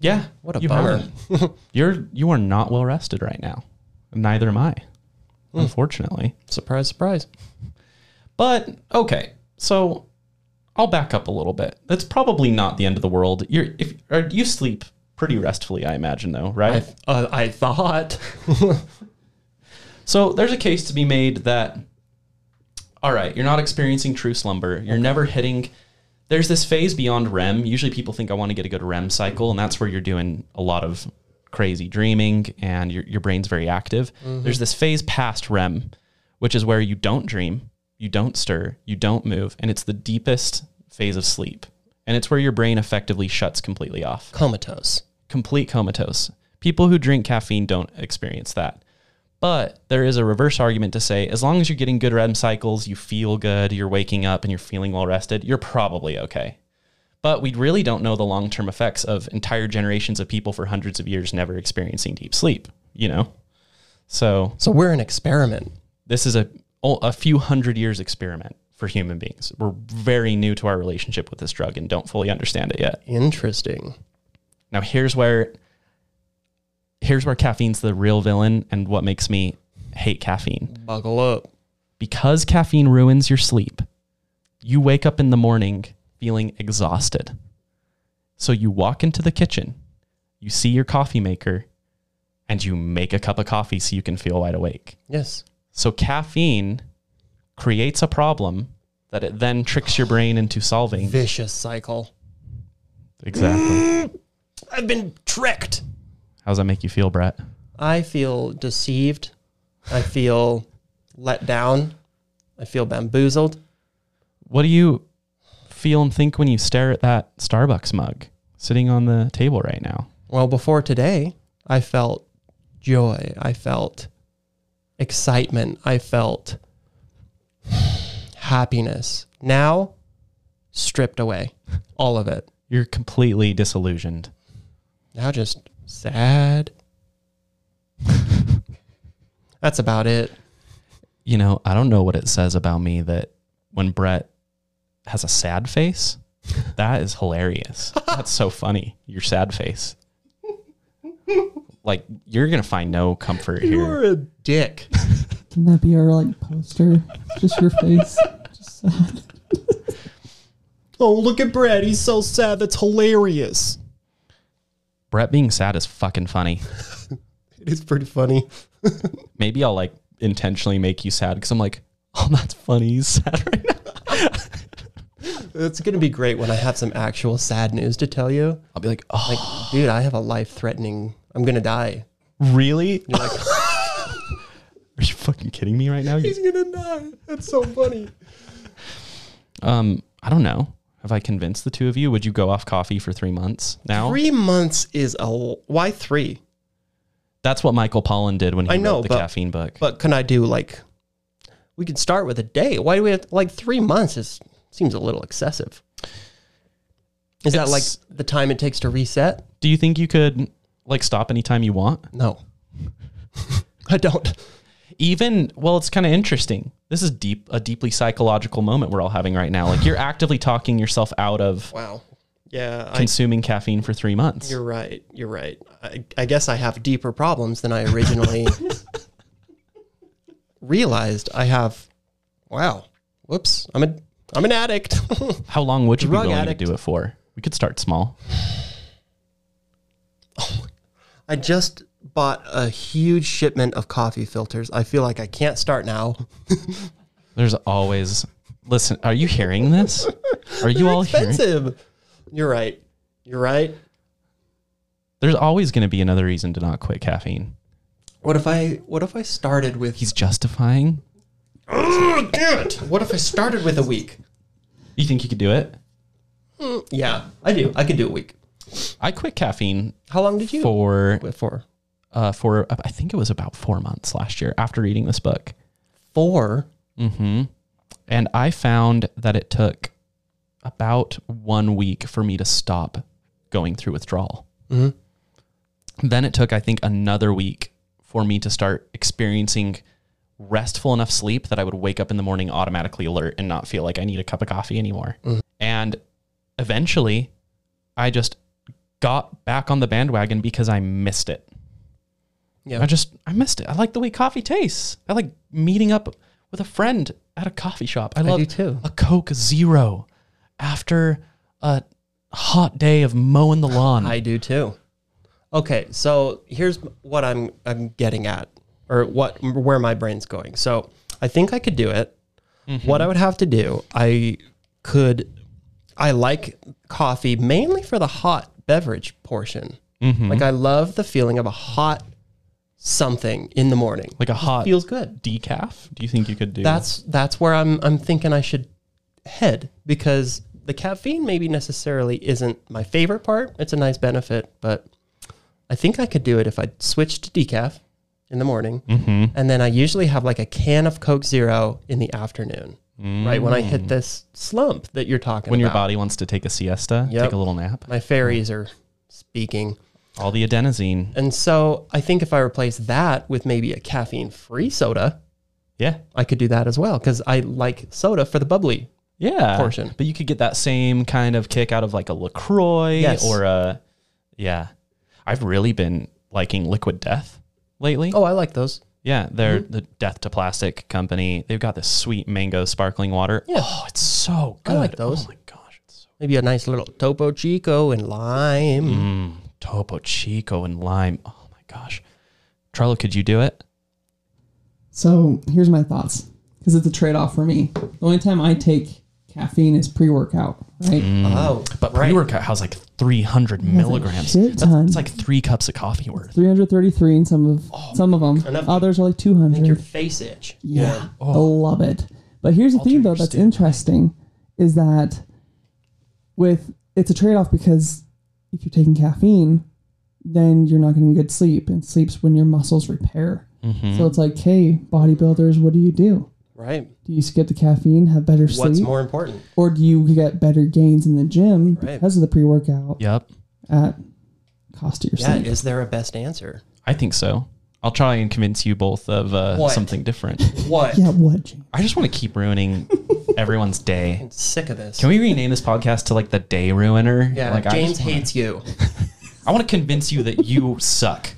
S1: yeah,
S2: What a
S1: you
S2: bummer.
S1: haven't. You're you are not well rested right now. Neither am I,
S2: Hmm.
S1: unfortunately.
S2: Surprise, surprise.
S1: But okay, so I'll back up a little bit. That's probably not the end of the world. You're if or you sleep pretty restfully, I imagine, though, right?
S2: I, uh, I thought.
S1: So there's a case to be made that, all right, you're not experiencing true slumber. You're never hitting. There's this phase beyond REM. Usually people think I want to get a good REM cycle, and that's where you're doing a lot of crazy dreaming and your, your brain's very active. There's this phase past REM, which is where you don't dream, you don't stir, you don't move, and it's the deepest phase of sleep. And it's where your brain effectively shuts completely off
S2: Comatose.
S1: complete comatose. People who drink caffeine don't experience that. But there is a reverse argument to say as long as you're getting good REM cycles, you feel good, you're waking up and you're feeling well rested, you're probably okay. But we really don't know the long term effects of entire generations of people for hundreds of years never experiencing deep sleep, you know? So
S2: So we're an experiment.
S1: this is a, a few hundred years experiment for human beings. We're very new to our relationship with this drug and don't fully understand it yet.
S2: Interesting.
S1: Now here's where here's where caffeine's the real villain and what makes me hate caffeine.
S2: Buckle up.
S1: Because caffeine ruins your sleep, you wake up in the morning feeling exhausted. So you walk into the kitchen, you see your coffee maker, and you make a cup of coffee so you can feel wide awake.
S2: Yes.
S1: So caffeine creates a problem that it then tricks your brain into solving.
S2: Vicious cycle.
S1: Exactly.
S2: I've been tricked.
S1: How does that make you feel, Brett?
S2: I feel deceived. I feel let down. I feel bamboozled.
S1: What do you feel and think when you stare at that Starbucks mug sitting on the table right now?
S2: Well, before today, I felt joy. I felt excitement. I felt happiness. Now, stripped away, all of it.
S1: You're completely disillusioned.
S2: Now, just sad. That's about it.
S1: You know, I don't know what it says about me that when Brett has a sad face, that is hilarious. That's so funny. Your sad face. Like you're gonna find no comfort here.
S2: a dick.
S3: Can that be our like poster? Just your face. Just sad.
S2: oh, look at Brad. He's so sad. That's hilarious.
S1: Brett being sad is fucking funny.
S2: It is pretty funny.
S1: Maybe I'll like intentionally make you sad because I'm like, oh, that's funny. He's sad right now.
S2: It's gonna be great when I have some actual sad news to tell you.
S1: I'll be like, oh,
S2: Like, dude, I have a life threatening. I'm gonna die.
S1: really?
S2: You're like,
S1: Are you fucking kidding me right now? You-
S2: he's gonna die. That's so funny.
S1: Um, I don't know. Have I convinced the two of you? Would you go off coffee for three months now?
S2: Three months is a l- why three?
S1: That's what Michael Pollan did when he
S2: I know,
S1: wrote the
S2: but-
S1: caffeine book.
S2: But can I do like? We could start with a day. Why do we have like three months? Is seems a little excessive. Is that like
S1: It's-
S2: the time it takes to reset?
S1: Do you think you could like stop anytime you want?
S2: No, I don't.
S1: Even well, it's kind of interesting. This is deep a deeply psychological moment we're all having right now. Like you're actively talking yourself out of
S2: Wow. Yeah, I,
S1: consuming caffeine for three months.
S2: you're right. You're right. I, I guess I have deeper problems than I originally realized. I have. Wow. Whoops. I'm a. I'm an addict.
S1: How long would you be
S2: Drug
S1: willing
S2: addict.
S1: to do it for? We could start small.
S2: I just bought a huge shipment of coffee filters. I feel like I can't start now.
S1: There's always listen. Are you hearing this? Are you all hearing?
S2: Expensive. You're right. You're right.
S1: There's always going to be another reason to not quit caffeine.
S2: What if I what if I started with
S1: He's justifying.
S2: Ugh, damn it. What if I started with a week?
S1: You think you could do it?
S2: Yeah, I do. I could do a week.
S1: I quit caffeine
S2: How long did you
S1: for
S2: quit for?
S1: uh, for I think it was about four months last year after reading this book, Mm-hmm.
S2: Four.
S1: and I found that it took about one week for me to stop going through withdrawal.
S2: Mm-hmm.
S1: Then it took I think another week for me to start experiencing restful enough sleep that I would wake up in the morning automatically alert and not feel like I need a cup of coffee anymore.
S2: Mm-hmm.
S1: And eventually, I just got back on the bandwagon because I missed it.
S2: Yeah.
S1: I just I missed it. I like the way coffee tastes. I like meeting up with a friend at a coffee shop. I love
S2: do too.
S1: a Coke Zero after a hot day of mowing the lawn.
S2: I do too. Okay, so here's what I'm I'm getting at, or what where my brain's going. So I think I could do it.
S1: Mm-hmm.
S2: What I would have to do, I could. I like coffee mainly for the hot beverage portion.
S1: Mm-hmm.
S2: Like I love the feeling of a hot something in the morning.
S1: like a hot
S2: feels good.
S1: decaf. Do you think you could do
S2: That's that's where I'm I'm thinking I should head because the caffeine maybe necessarily isn't my favorite part. It's a nice benefit, but I think I could do it if I switched to decaf in the morning,
S1: Mm-hmm.
S2: and then I usually have like a can of Coke Zero in the afternoon, right when I hit this slump that you're talking
S1: when your
S2: about.
S1: body wants to take a siesta,
S2: Yep.
S1: take a little nap?
S2: my fairies are speaking.
S1: All the adenosine.
S2: And so I think if I replace that with maybe a caffeine free soda,
S1: Yeah.
S2: I could do that as well because I like soda for the bubbly
S1: Yeah.
S2: Portion.
S1: But you could get that same kind of kick out of like a LaCroix
S2: Yes.
S1: or a yeah. I've really been liking Liquid Death lately.
S2: Oh, I like those.
S1: Yeah, they're the Death to Plastic company. They've got this sweet mango sparkling water.
S2: Yeah.
S1: Oh, it's so good.
S2: I like those.
S1: Oh my gosh, it's
S2: Maybe a nice little Topo Chico and lime.
S1: so mm, Topo Chico and lime. Oh my gosh. Charlo, could you do it?
S3: So here's my thoughts because it's a trade off for me. The only time I take caffeine is pre workout, right?
S1: Mm.
S2: Oh,
S1: But
S2: right.
S1: pre-workout has like 300 milligrams.
S3: shit
S1: That's,
S3: ton.
S1: it's like Oh, three cups of coffee worth.
S3: 333 in some of some of them.
S2: enough.
S3: Others are like
S2: make your
S3: 200.
S2: face itch.
S3: Yeah,
S2: Oh.
S3: I love it. But here's the thing, though, that's interesting is that with it's a trade off because if you're taking caffeine, then you're not getting good sleep, and sleep's when your muscles repair.
S2: Mm-hmm.
S3: So it's like, hey, bodybuilders, what do you do?
S2: Right.
S3: Do you skip the caffeine, have better sleep,
S2: What's more important?
S3: or do you get better gains in the gym
S2: Right.
S3: because of the pre workout
S1: Yep.
S3: at cost to your
S2: Yeah.
S3: sleep?
S2: Is there a best answer?
S1: I think so. I'll try and convince you both of uh,
S2: What?
S1: something different.
S2: What?
S3: Yeah, what? James?
S1: I just want to keep ruining everyone's day.
S2: I'm sick of this.
S1: Can we rename this podcast to like the day ruiner?
S2: yeah.
S1: Like I
S2: James
S1: just wanna-
S2: hates you.
S1: I want to convince you that you suck.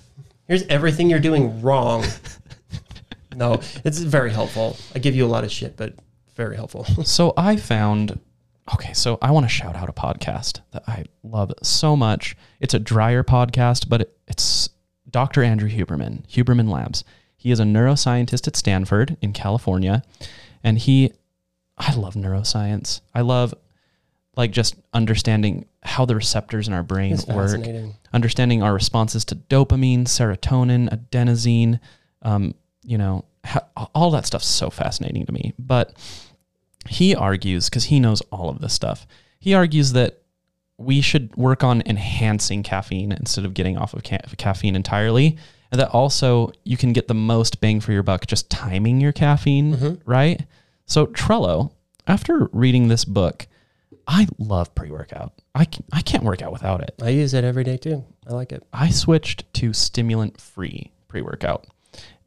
S2: Here's everything you're doing wrong. no, it's very helpful. I give you a lot of shit, but very helpful.
S1: So I found okay, so I want to shout out a podcast that I love so much. It's a drier podcast, but it, it's Dr. Andrew Huberman, Huberman Labs. He is a neuroscientist at Stanford in California, and he I love neuroscience. I love like just understanding how the receptors in our brain
S2: It's
S1: work,
S2: fascinating.
S1: understanding our responses to dopamine, serotonin, adenosine, um, you know, ha- all that stuff's so fascinating to me. But he argues, because he knows all of this stuff, he argues that we should work on enhancing caffeine instead of getting off of ca- caffeine entirely. And that also you can get the most bang for your buck just timing your caffeine, right? So Trello, after reading this book, I love pre-workout. I can, I can't work out without it.
S2: I use it every day too. I like it.
S1: I switched to stimulant free pre workout.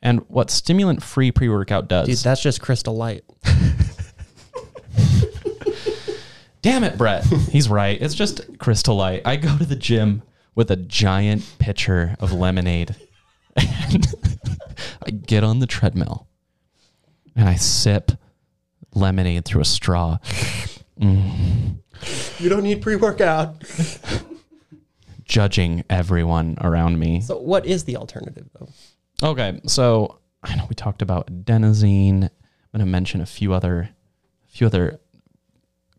S1: And what stimulant free pre workout does,
S2: Dude, that's just crystal light.
S1: damn it, Brett. He's right. It's just crystal light. I go to the gym with a giant pitcher of lemonade and I get on the treadmill and I sip lemonade through a straw.
S2: You don't need pre workout.
S1: Judging everyone around me.
S2: So, what is the alternative though?
S1: Okay, so I know we talked about adenosine. I'm going to mention a few other, a few other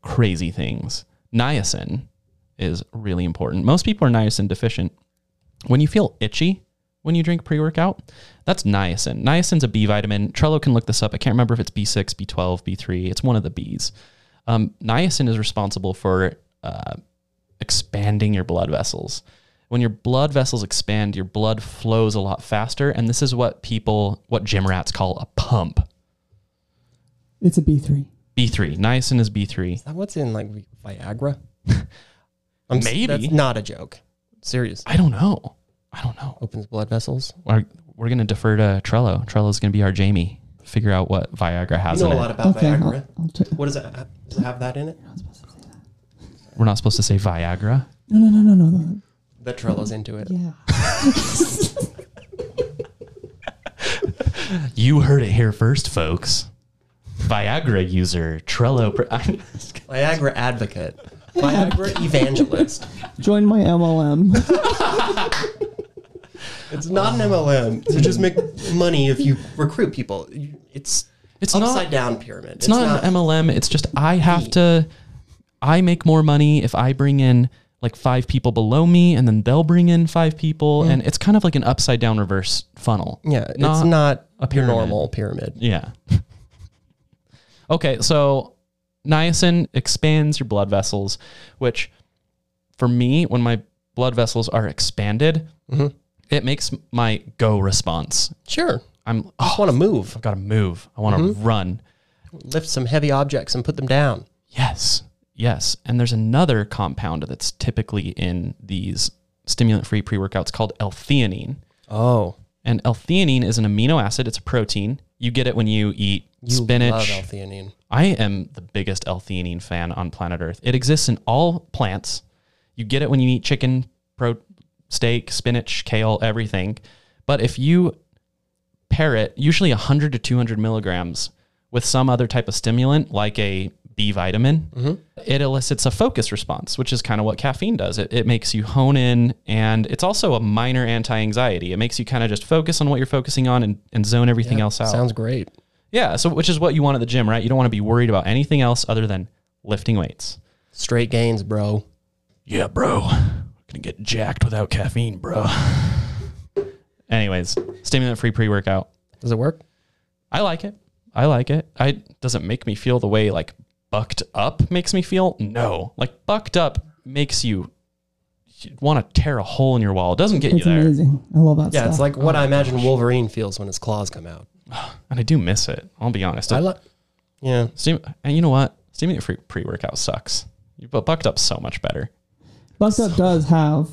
S1: crazy things. Niacin is really important. Most people are niacin deficient. When you feel itchy when you drink pre-workout, that's niacin. Niacin's a B vitamin. Trello can look this up. I can't remember if it's B6, B12, B3. It's one of the Bs. Um, niacin is responsible for uh, expanding your blood vessels. When your blood vessels expand, your blood flows a lot faster, and this is what people, what gym rats call a pump.
S3: It's a B three.
S1: B3, niacin is B3.
S2: Is that what's in like Viagra? I'm s-
S1: Maybe.
S2: that's not a joke. Serious.
S1: I don't know. I don't know.
S2: Opens blood vessels.
S1: We're, we're gonna defer to Trello. Trello's gonna be our Jamie. Figure out what Viagra has in it.
S2: about
S3: okay, I'll, I'll t-
S2: What does that does it have that in it?
S1: We're not supposed to say Viagra.
S3: no, no, no, no, no, no.
S2: The Trello's into it.
S3: Yeah.
S1: You heard it here first, folks. Viagra user Trello. Pre- I'm just kidding.
S2: Viagra advocate. Viagra evangelist.
S3: Join my MLM.
S2: It's not an MLM. So just make money if you recruit people. You- It's
S1: It's not-
S2: upside down pyramid.
S1: it's not, an MLM. It's just I have to. I make more money if I bring in like five people below me, and then they'll bring in five people, and it's kind of like an upside down reverse funnel.
S2: Yeah, it's
S1: Not
S2: not,
S1: a
S2: a
S1: pyramid.
S2: normal pyramid.
S1: Yeah. okay, so niacin expands your blood vessels, which for me, when my blood vessels are expanded, it makes my go response.
S2: Sure.
S1: I'm
S2: I
S1: oh,
S2: just want to move,
S1: I've got to move. I want to run.
S2: lift some heavy objects and put them down.
S1: Yes. Yes. And there's another compound that's typically in these stimulant free pre workouts called L theanine.
S2: Oh,
S1: And L theanine is an amino acid, it's a protein. You get it when you eat spinach.
S2: Love L-theanine.
S1: I am the biggest L-theanine fan on planet Earth. It exists in all plants. You get it when you eat chicken, pro, steak, spinach, kale, everything. But if you pair it, usually 100 to 200 milligrams, with some other type of stimulant like a B vitamin, it elicits a focus response, which is kind of what caffeine does. It, it makes you hone in, and it's also a minor anti anxiety. It makes you kind of just focus on what you're focusing on and, and zone everything else out.
S2: Sounds great.
S1: Yeah, so which is what you want at the gym, right? You don't want to be worried about anything else other than lifting weights.
S2: Straight gains, bro.
S1: Yeah, bro. Gonna get jacked without caffeine, bro. Anyways, stimulant free pre workout.
S2: Does it work?
S1: I like it. I like it. I doesn't make me feel the way like bucked up makes me feel. No. Like bucked up makes you want to tear a hole in your wall. It doesn't get
S3: It's
S1: you there.
S3: amazing. I love that
S2: Yeah,
S3: stuff.
S2: it's like
S3: oh,
S2: what I imagine Wolverine feels when his claws come out.
S1: And I do miss it. I'll be honest.
S2: I like. Yeah,
S1: Stim- and you know what? Stimulant free pre workout sucks. But bucked up's so much better.
S3: Bucked Up does have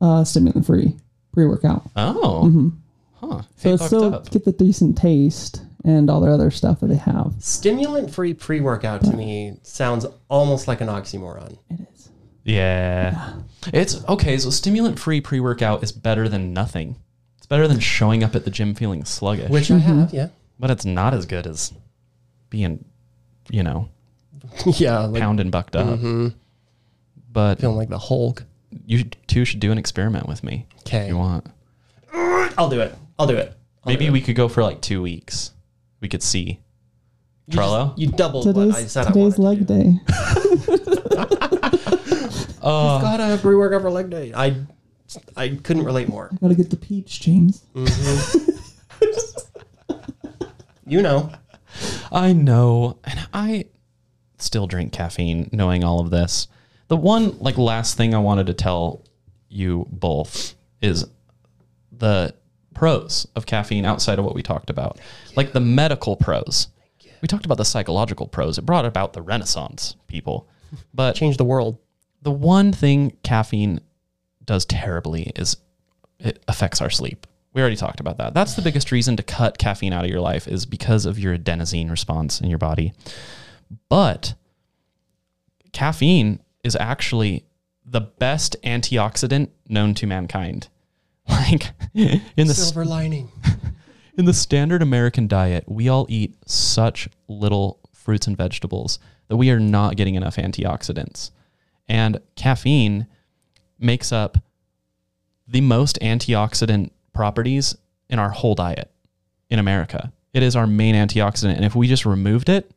S3: uh, stimulant free pre workout.
S1: Oh. Huh.
S3: Mm-hmm. So
S1: Hey,
S3: it's
S1: fucked
S3: still
S1: up.
S3: get the decent taste and all their other stuff that they have.
S2: stimulant-free pre-workout to me sounds almost like an oxymoron.
S3: It is.
S1: Yeah. It's okay. So stimulant free pre workout is better than nothing. It's better than showing up at the gym feeling sluggish,
S2: Which I have,
S3: Mm-hmm.
S2: yeah.
S1: but it's not as good as being, you know,
S2: yeah, like mm-hmm.
S1: pounding bucked up. But
S2: feeling like the Hulk.
S1: you two should do an experiment with me if
S2: Okay.
S1: you want.
S2: Oh, I'll do it. I'll do it. I'll
S1: Maybe
S2: do
S1: we could go for like two weeks. We could see.
S2: it. You just-
S1: Trello?
S2: You doubled what I
S3: Today's,
S2: said I
S3: today's
S2: wanted
S3: leg
S2: to do.
S3: day.
S2: Got to rework upper leg day. I I couldn't relate more.
S3: Gotta get the peach, James.
S2: Mm, You know,
S1: I know, and I still drink caffeine, knowing all of this. The one like last thing I wanted to tell you both is the pros of caffeine outside of what we talked about, like the medical pros. We talked about the psychological pros. It brought about the Renaissance, people. But
S2: change the world.
S1: the one thing caffeine does terribly is it affects our sleep. We already talked about that. That's the biggest reason to cut caffeine out of your life is because of your adenosine response in your body. But caffeine is actually the best antioxidant known to mankind. Like in the
S2: Silver lining.
S1: in the standard American diet, we all eat such little fruits and vegetables that we are not getting enough antioxidants. And caffeine makes up the most antioxidant properties in our whole diet in America. It is our main antioxidant. And if we just removed it,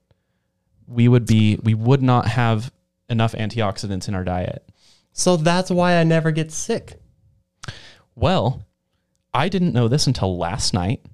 S1: we would be we would not have enough antioxidants in our diet.
S2: So that's why I never get sick.
S1: Well, I didn't know this until last night,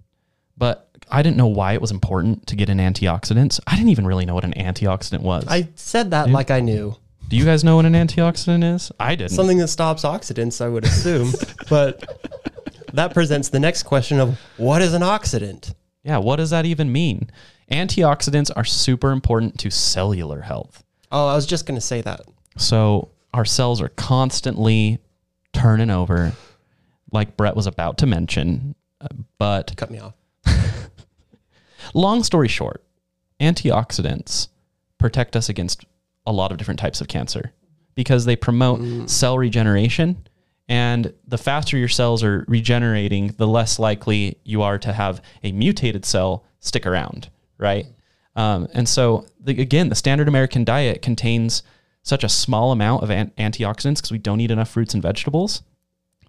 S1: but I didn't know why it was important to get in antioxidants. I didn't even really know what an antioxidant was.
S2: I said that like I knew.
S1: Do you guys know what an antioxidant is? I didn't.
S2: Something that stops oxidants, I would assume. but that presents the next question of what is an oxidant?
S1: yeah, what does that even mean? Antioxidants are super important to cellular health.
S2: Oh, I was just going to say that.
S1: So our cells are constantly turning over, like Brett was about to mention. Uh, But
S2: Cut me off.
S1: long story short, antioxidants protect us against a lot of different types of cancer because they promote cell regeneration. And the faster your cells are regenerating, the less likely you are to have a mutated cell stick around, right? Um, and so, the, again, the standard American diet contains such a small amount of an- antioxidants because we don't eat enough fruits and vegetables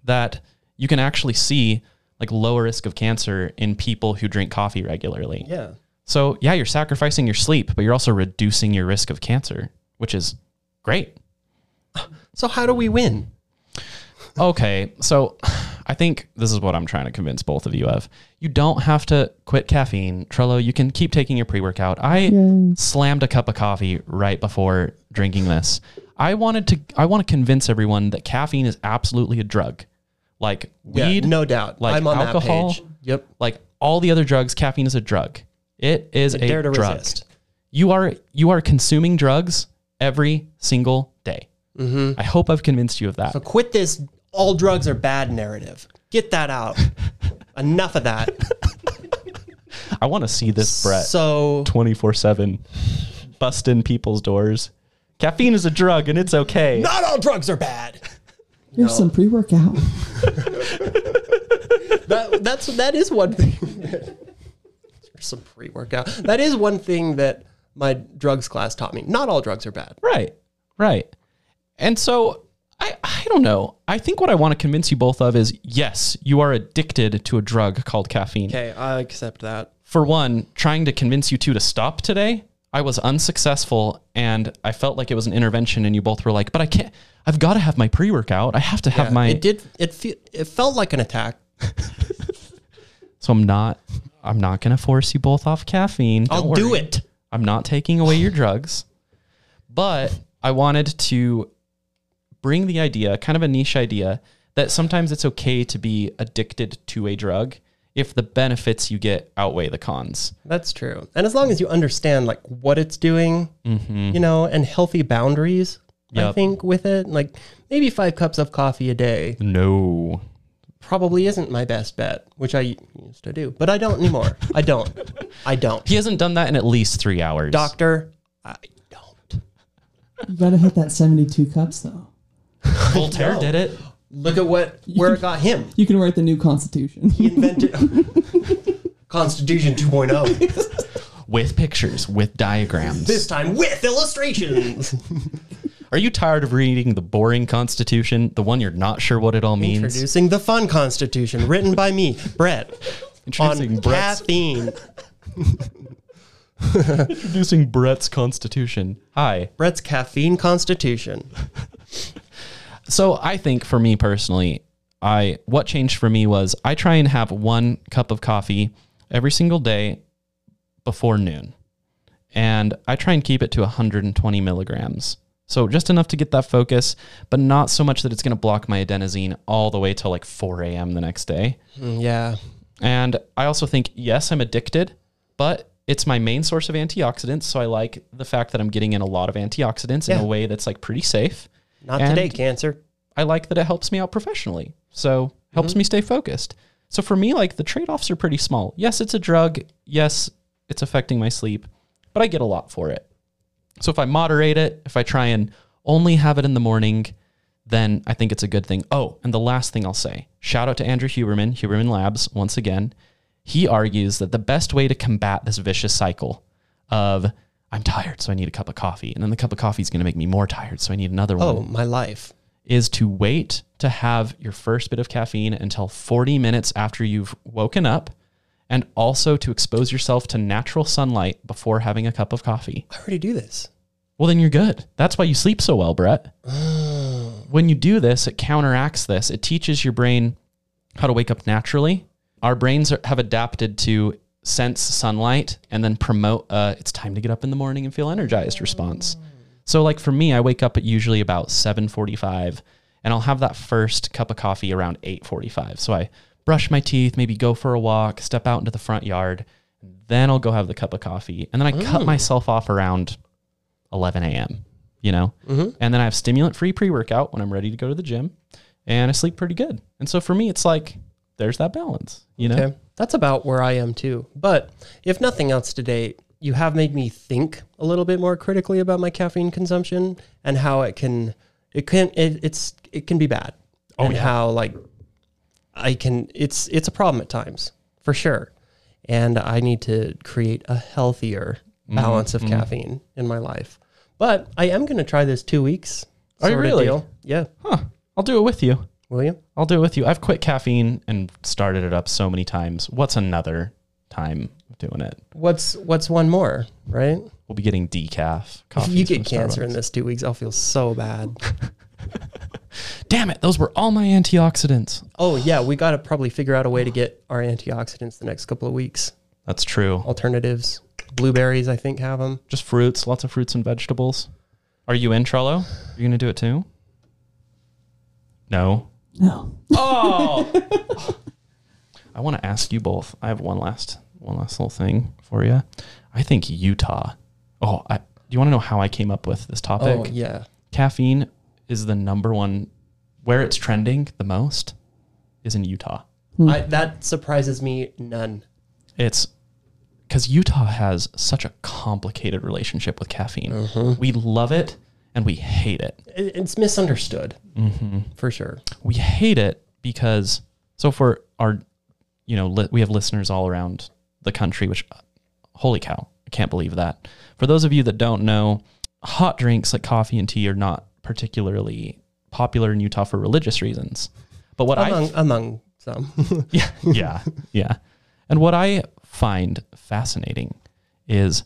S1: that you can actually see like lower risk of cancer in people who drink coffee regularly.
S2: Yeah.
S1: So yeah, you're sacrificing your sleep, but you're also reducing your risk of cancer, which is great.
S2: So how do we win?
S1: Okay, so I think this is what I'm trying to convince both of you of. You don't have to quit caffeine, Trello. You can keep taking your pre-workout. I slammed a cup of coffee right before drinking this. I wanted to. I want to convince everyone that caffeine is absolutely a drug, like
S2: Yeah,
S1: weed,
S2: no doubt.
S1: like
S2: I'm on
S1: alcohol.
S2: that page. Yep.
S1: like all the other drugs, caffeine is a drug. It is a,
S2: dare to
S1: drug.
S2: resist.
S1: You are you are consuming drugs every single day. I hope I've convinced you of that.
S2: Mm-hmm. So quit this all drugs are bad narrative. Get that out. Enough of that.
S1: I want to see this Brett
S2: So
S1: twenty four seven bust in people's doors. Caffeine is a drug and it's okay.
S2: not all drugs are bad.
S3: Here's some pre workout.
S2: that, that's that is one thing. There's some pre-workout. That is one thing that my drugs class taught me. Not all drugs are bad.
S1: Right. Right. And so I I don't know. I think what I want to convince you both of is yes, you are addicted to a drug called caffeine.
S2: Okay, I accept that.
S1: for one, trying to convince you two to stop today, I was unsuccessful and I felt like it was an intervention and you both were like, but I can't, I've got to have my pre-workout. I have to have my,
S2: it did. It feel, it felt like an attack.
S1: so I'm not, I'm not going to force you both off caffeine. Don't
S2: I'll
S1: worry.
S2: do it.
S1: I'm not taking away your drugs, but I wanted to bring the idea, kind of a niche idea, that sometimes it's okay to be addicted to a drug if the benefits you get outweigh the cons.
S2: That's true. And as long as you understand like what it's doing, you know, and healthy boundaries, I
S1: Mm-hmm. Yep.
S2: think with it, like maybe five cups of coffee a day
S1: No.
S2: probably isn't my best bet, which I used to do, but I don't anymore. I don't. I don't.
S1: He hasn't done that in at least three hours.
S2: Doctor, I don't.
S3: You gotta hit that 72 cups, though.
S1: Voltaire
S2: No.
S1: did it.
S2: Look at what where it got him.
S3: You can write the new constitution.
S2: He invented Constitution 2.0.
S1: with pictures, with diagrams.
S2: This time with illustrations.
S1: Are you tired of reading the boring Constitution, the one you're not sure what it all means?
S2: Introducing the fun Constitution, written by me, Brett, on
S1: Brett's-
S2: caffeine.
S1: Introducing Brett's Constitution. Hi.
S2: Brett's caffeine constitution.
S1: So I think for me personally, I what changed for me was I try and have one cup of coffee every single day before noon. And I try and keep it to 120 milligrams. So just enough to get that focus, but not so much that it's gonna block my adenosine all the way till like 4 a.m. the next day.
S2: Mm, Yeah.
S1: And I also think, yes, I'm addicted, but it's my main source of antioxidants. So I like the fact that I'm getting in a lot of antioxidants in
S2: Yeah.
S1: a way that's like pretty safe.
S2: Not
S1: And-
S2: today, cancer.
S1: I like that it helps me out professionally. So helps me stay focused. So for me, like the trade offs are pretty small. Yes, it's a drug. Yes, it's affecting my sleep, but I get a lot for it. So if I moderate it, if I try and only have it in the morning, then I think it's a good thing. Oh, and the last thing I'll say shout out to Andrew Huberman, Huberman Labs, once again. He argues that the best way to combat this vicious cycle of I'm tired, so I need a cup of coffee, and then the cup of coffee is going to make me more tired, so I need another one
S2: Oh, my life.
S1: is to wait to have your first bit of caffeine until 40 minutes after you've woken up and also to expose yourself to natural sunlight before having a cup of coffee.
S2: I already do this.
S1: Well, then you're good. That's why you sleep so well, Brett. when you do this, it counteracts this. It teaches your brain how to wake up naturally. Our brains are, have adapted to sense sunlight and then promote uh, it's time to get up in the morning and feel energized response. So like for me, I wake up at usually about 7:45 and I'll have that first cup of coffee around 8:45. So I brush my teeth, maybe go for a walk, step out into the front yard, then I'll go have the cup of coffee and then I cut myself off around 11 a.m. You know, and then I have stimulant free pre workout when I'm ready to go to the gym, and I sleep pretty good. And so for me, it's like there's that balance. You know,
S2: Okay. That's about where I am too. But if nothing else today, you have made me think a little bit more critically about my caffeine consumption and how it can it can it, it's it can be bad.
S1: Oh,
S2: and how like I can it's it's a problem at times, for sure. And I need to create a healthier
S1: Mm-hmm.
S2: balance of caffeine in my life. But I am gonna try this two weeks.
S1: Are you
S2: sorta
S1: really?
S2: Yeah.
S1: huh? I'll do it with you.
S2: Will you?
S1: I'll do it with you. I've quit caffeine and started it up so many times. What's another time of doing it?
S2: What's what's one more, right?
S1: We'll be getting decaf
S2: If
S1: coffee.
S2: you get cancer in this two weeks, I'll feel so bad.
S1: Damn it! Those were all my antioxidants.
S2: Oh yeah, we gotta probably figure out a way to get our antioxidants the next couple of weeks.
S1: That's true.
S2: Alternatives, blueberries, I think have them.
S1: Just fruits, lots of fruits and vegetables. Are you in Trello? Are you gonna do it too? No.
S3: No.
S1: I want to ask you both. I have one last one last little thing for you. I think Utah. Oh, I, do you want to know how I came up with this topic?
S2: Oh yeah,
S1: Caffeine is the number one where it's trending the most is in Utah.
S2: I, that surprises me none.
S1: It's because Utah has such a complicated relationship with caffeine. We love it and we hate it.
S2: It- It's misunderstood for sure.
S1: we hate it because so for our you know li- we have listeners all around the country which holy cow i can't believe that for those of you that don't know hot drinks like coffee and tea are not particularly popular in utah for religious reasons but what i
S2: Among among some,
S1: yeah, yeah, yeah. And what I find fascinating is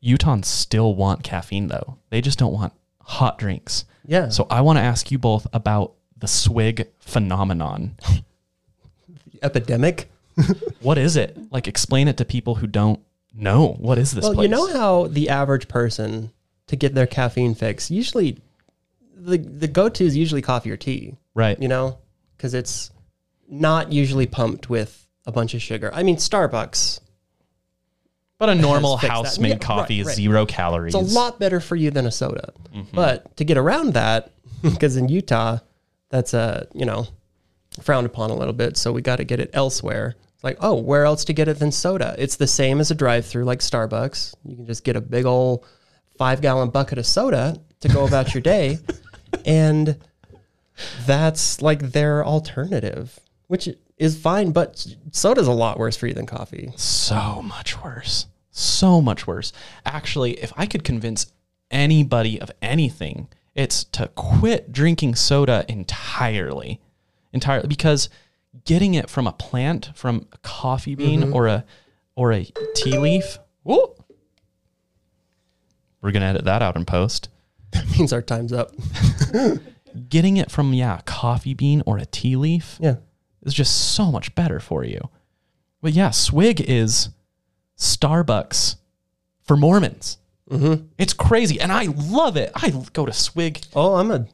S1: Utahns still want caffeine, though. They just don't want hot drinks.
S2: Yeah.
S1: So I want to ask you both about the swig phenomenon.
S2: epidemic.
S1: what is it? Like, explain it to people who don't know. What is this
S2: Well,
S1: place?
S2: you know how the average person to get their caffeine fix usually the the go to is usually coffee or tea.
S1: right.
S2: you know, because it's not usually pumped with a bunch of sugar. I mean, Starbucks,
S1: but a normal
S2: fixed that.
S1: house made
S2: Yeah, right,
S1: coffee is
S2: right.
S1: zero calories.
S2: it's a lot better for you than a soda. But to get around that, because in Utah, that's a, you know, frowned upon a little bit. So we got to get it elsewhere. It's like, oh, where else to get it than soda? It's the same as a drive through like Starbucks. You can just get a big old five gallon bucket of soda to go about your day. And that's like their alternative, which is fine, but soda's a lot worse for you than coffee.
S1: so much worse. So much worse. Actually, if I could convince anybody of anything, it's to quit drinking soda entirely. Entirely because getting it from a plant, from a coffee bean or a or a tea leaf, whoop, We're gonna edit that out in post.
S2: That means our time's up.
S1: Getting it from yeah, a coffee bean or a tea leaf
S2: Yeah.
S1: is just so much better for you. But yeah, Swig is Starbucks for Mormons.
S2: Mm-hmm.
S1: It's crazy, and I love it. I go to Swig
S2: Oh, I'm a.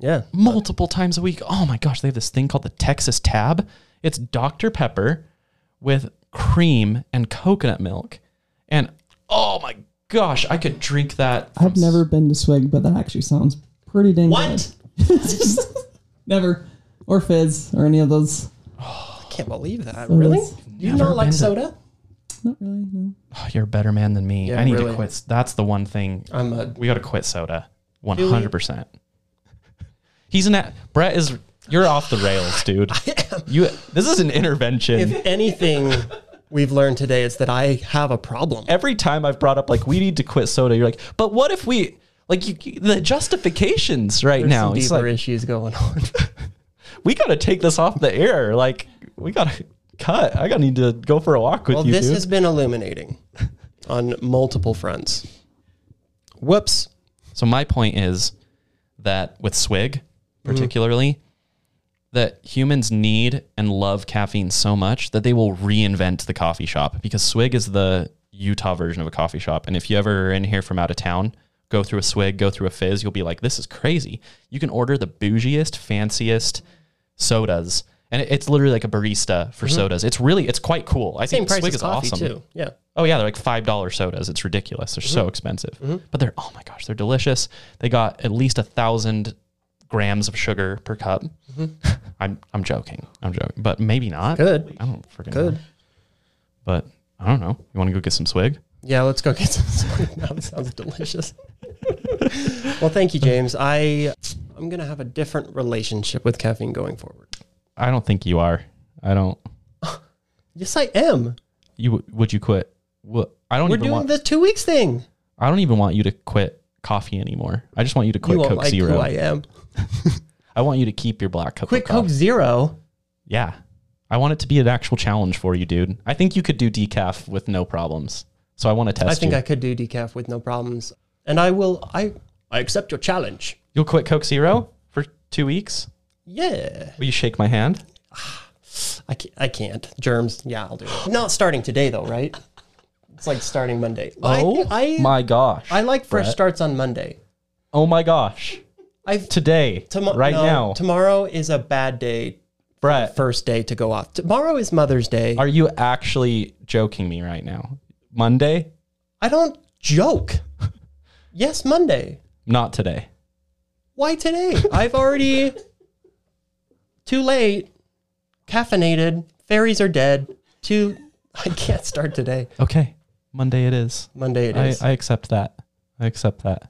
S2: Yeah.
S1: multiple times a week. Oh my gosh, they have this thing called the Texas Tab. It's Dr. Pepper with cream and coconut milk. And oh my gosh, I could drink that.
S3: I've never been to Swig, but that actually sounds pretty dang
S2: What?
S3: good. never. Or fizz or any of those.
S2: I can't believe that.
S3: Sodas.
S2: Really? Mm-hmm. You
S1: Never
S2: not like
S1: been to-
S2: soda?
S3: Not really. No.
S1: Oh, you're a better man than me.
S2: Yeah,
S1: I need to
S2: really.
S1: quit. That's the one thing.
S2: I'm a.
S1: We got to quit soda 100%. He's an Brett is you're off the rails, dude. You this is an intervention.
S2: If anything we've learned today is that I have a problem.
S1: every time I've brought up like we need to quit soda, you're like, but what if we like you, you- the justifications right
S2: There's
S1: now?
S2: some
S1: It's
S2: deeper
S1: like
S2: issues going on.
S1: we got to take this off the air. Like we got to cut. I got to need to go for a walk with
S2: Well,
S1: you.
S2: this
S1: dude.
S2: has been illuminating on multiple fronts. Whoops.
S1: so my point is that with swig
S2: Mm-hmm.
S1: particularly that humans need and love caffeine so much that they will reinvent the coffee shop because swig is the utah version of a coffee shop and if you ever are in here from out of town go through a swig go through a fizz you'll be like this is crazy you can order the bougiest fanciest sodas and it- it's literally like a barista for sodas it's really it's quite cool i
S2: Mm-hmm. Same
S1: think
S2: price
S1: swig
S2: as
S1: is
S2: coffee
S1: awesome
S2: too. Yeah.
S1: Oh yeah, they're like five dollar sodas. It's ridiculous. They're
S2: Mm-hmm.
S1: so expensive, but they're oh my gosh, they're delicious. They got at least a thousand grams of sugar per cup.
S2: Mm-hmm.
S1: I'm I'm joking. I'm joking, but maybe not.
S2: Good.
S1: I don't freaking
S2: Good.
S1: know. But I don't know. You want to go get some swig?
S2: Yeah, let's go get some. that sounds delicious. well, thank you, James. I I'm gonna have a different relationship with caffeine going forward.
S1: I don't think you are. I don't.
S2: Yes, I am.
S1: You w- would you quit? Well, I don't
S2: We're
S1: even
S2: doing
S1: want.
S2: the two weeks thing.
S1: I don't even want you to quit coffee anymore. I just want you to quit
S2: you won't
S1: Coke
S2: like
S1: Zero.
S2: who I
S1: I,
S2: am.
S1: want you to keep your black cup.
S2: Quit
S1: of coffee.
S2: Coke Zero.
S1: Yeah. I want it to be an actual challenge for you, dude. I think you could do decaf with no problems. So I want to test
S2: I think
S1: you.
S2: I could do decaf with no problems, and I will. I I accept your challenge.
S1: You'll quit Coke Zero for two weeks?
S2: Yeah,
S1: Will you shake my hand?
S2: I can't, I can't. Germs. Yeah, I'll do it. Not starting today though, right? It's like starting Monday.
S1: oh
S2: I I,
S1: my gosh.
S2: I like fresh
S1: Brett.
S2: starts on Monday.
S1: Oh my gosh.
S2: I've
S1: Today.
S2: Tomo-
S1: right
S2: no,
S1: now.
S2: Tomorrow is a bad day.
S1: Brett,
S2: First day to go off. Tomorrow is Mother's Day.
S1: are you actually joking me right now? Monday?
S2: I don't joke. yes, Monday.
S1: Not today.
S2: Why today? I've already too late. Caffeinated. Fairies are dead. Too. I can't start today.
S1: Okay. Monday it is.
S2: Monday it
S1: I,
S2: is.
S1: I accept that. I accept that.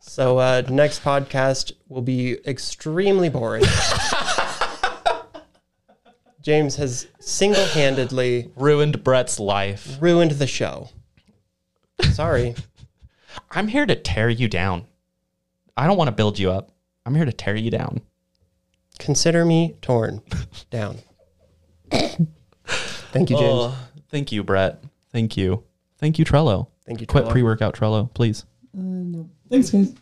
S2: so uh, next podcast will be extremely boring. James has single-handedly
S1: Ruined Brett's life.
S2: ruined the show. Sorry.
S1: I'm here to tear you down. I don't want to build you up. I'm here to tear you down.
S2: Consider me torn down. Thank you, James.
S1: Oh, thank you, Brett. Thank you. Thank you, Trello.
S2: Thank you,
S1: Quit
S2: Trello.
S1: pre workout Trello, please.
S3: Uh, no. Thanks, guys.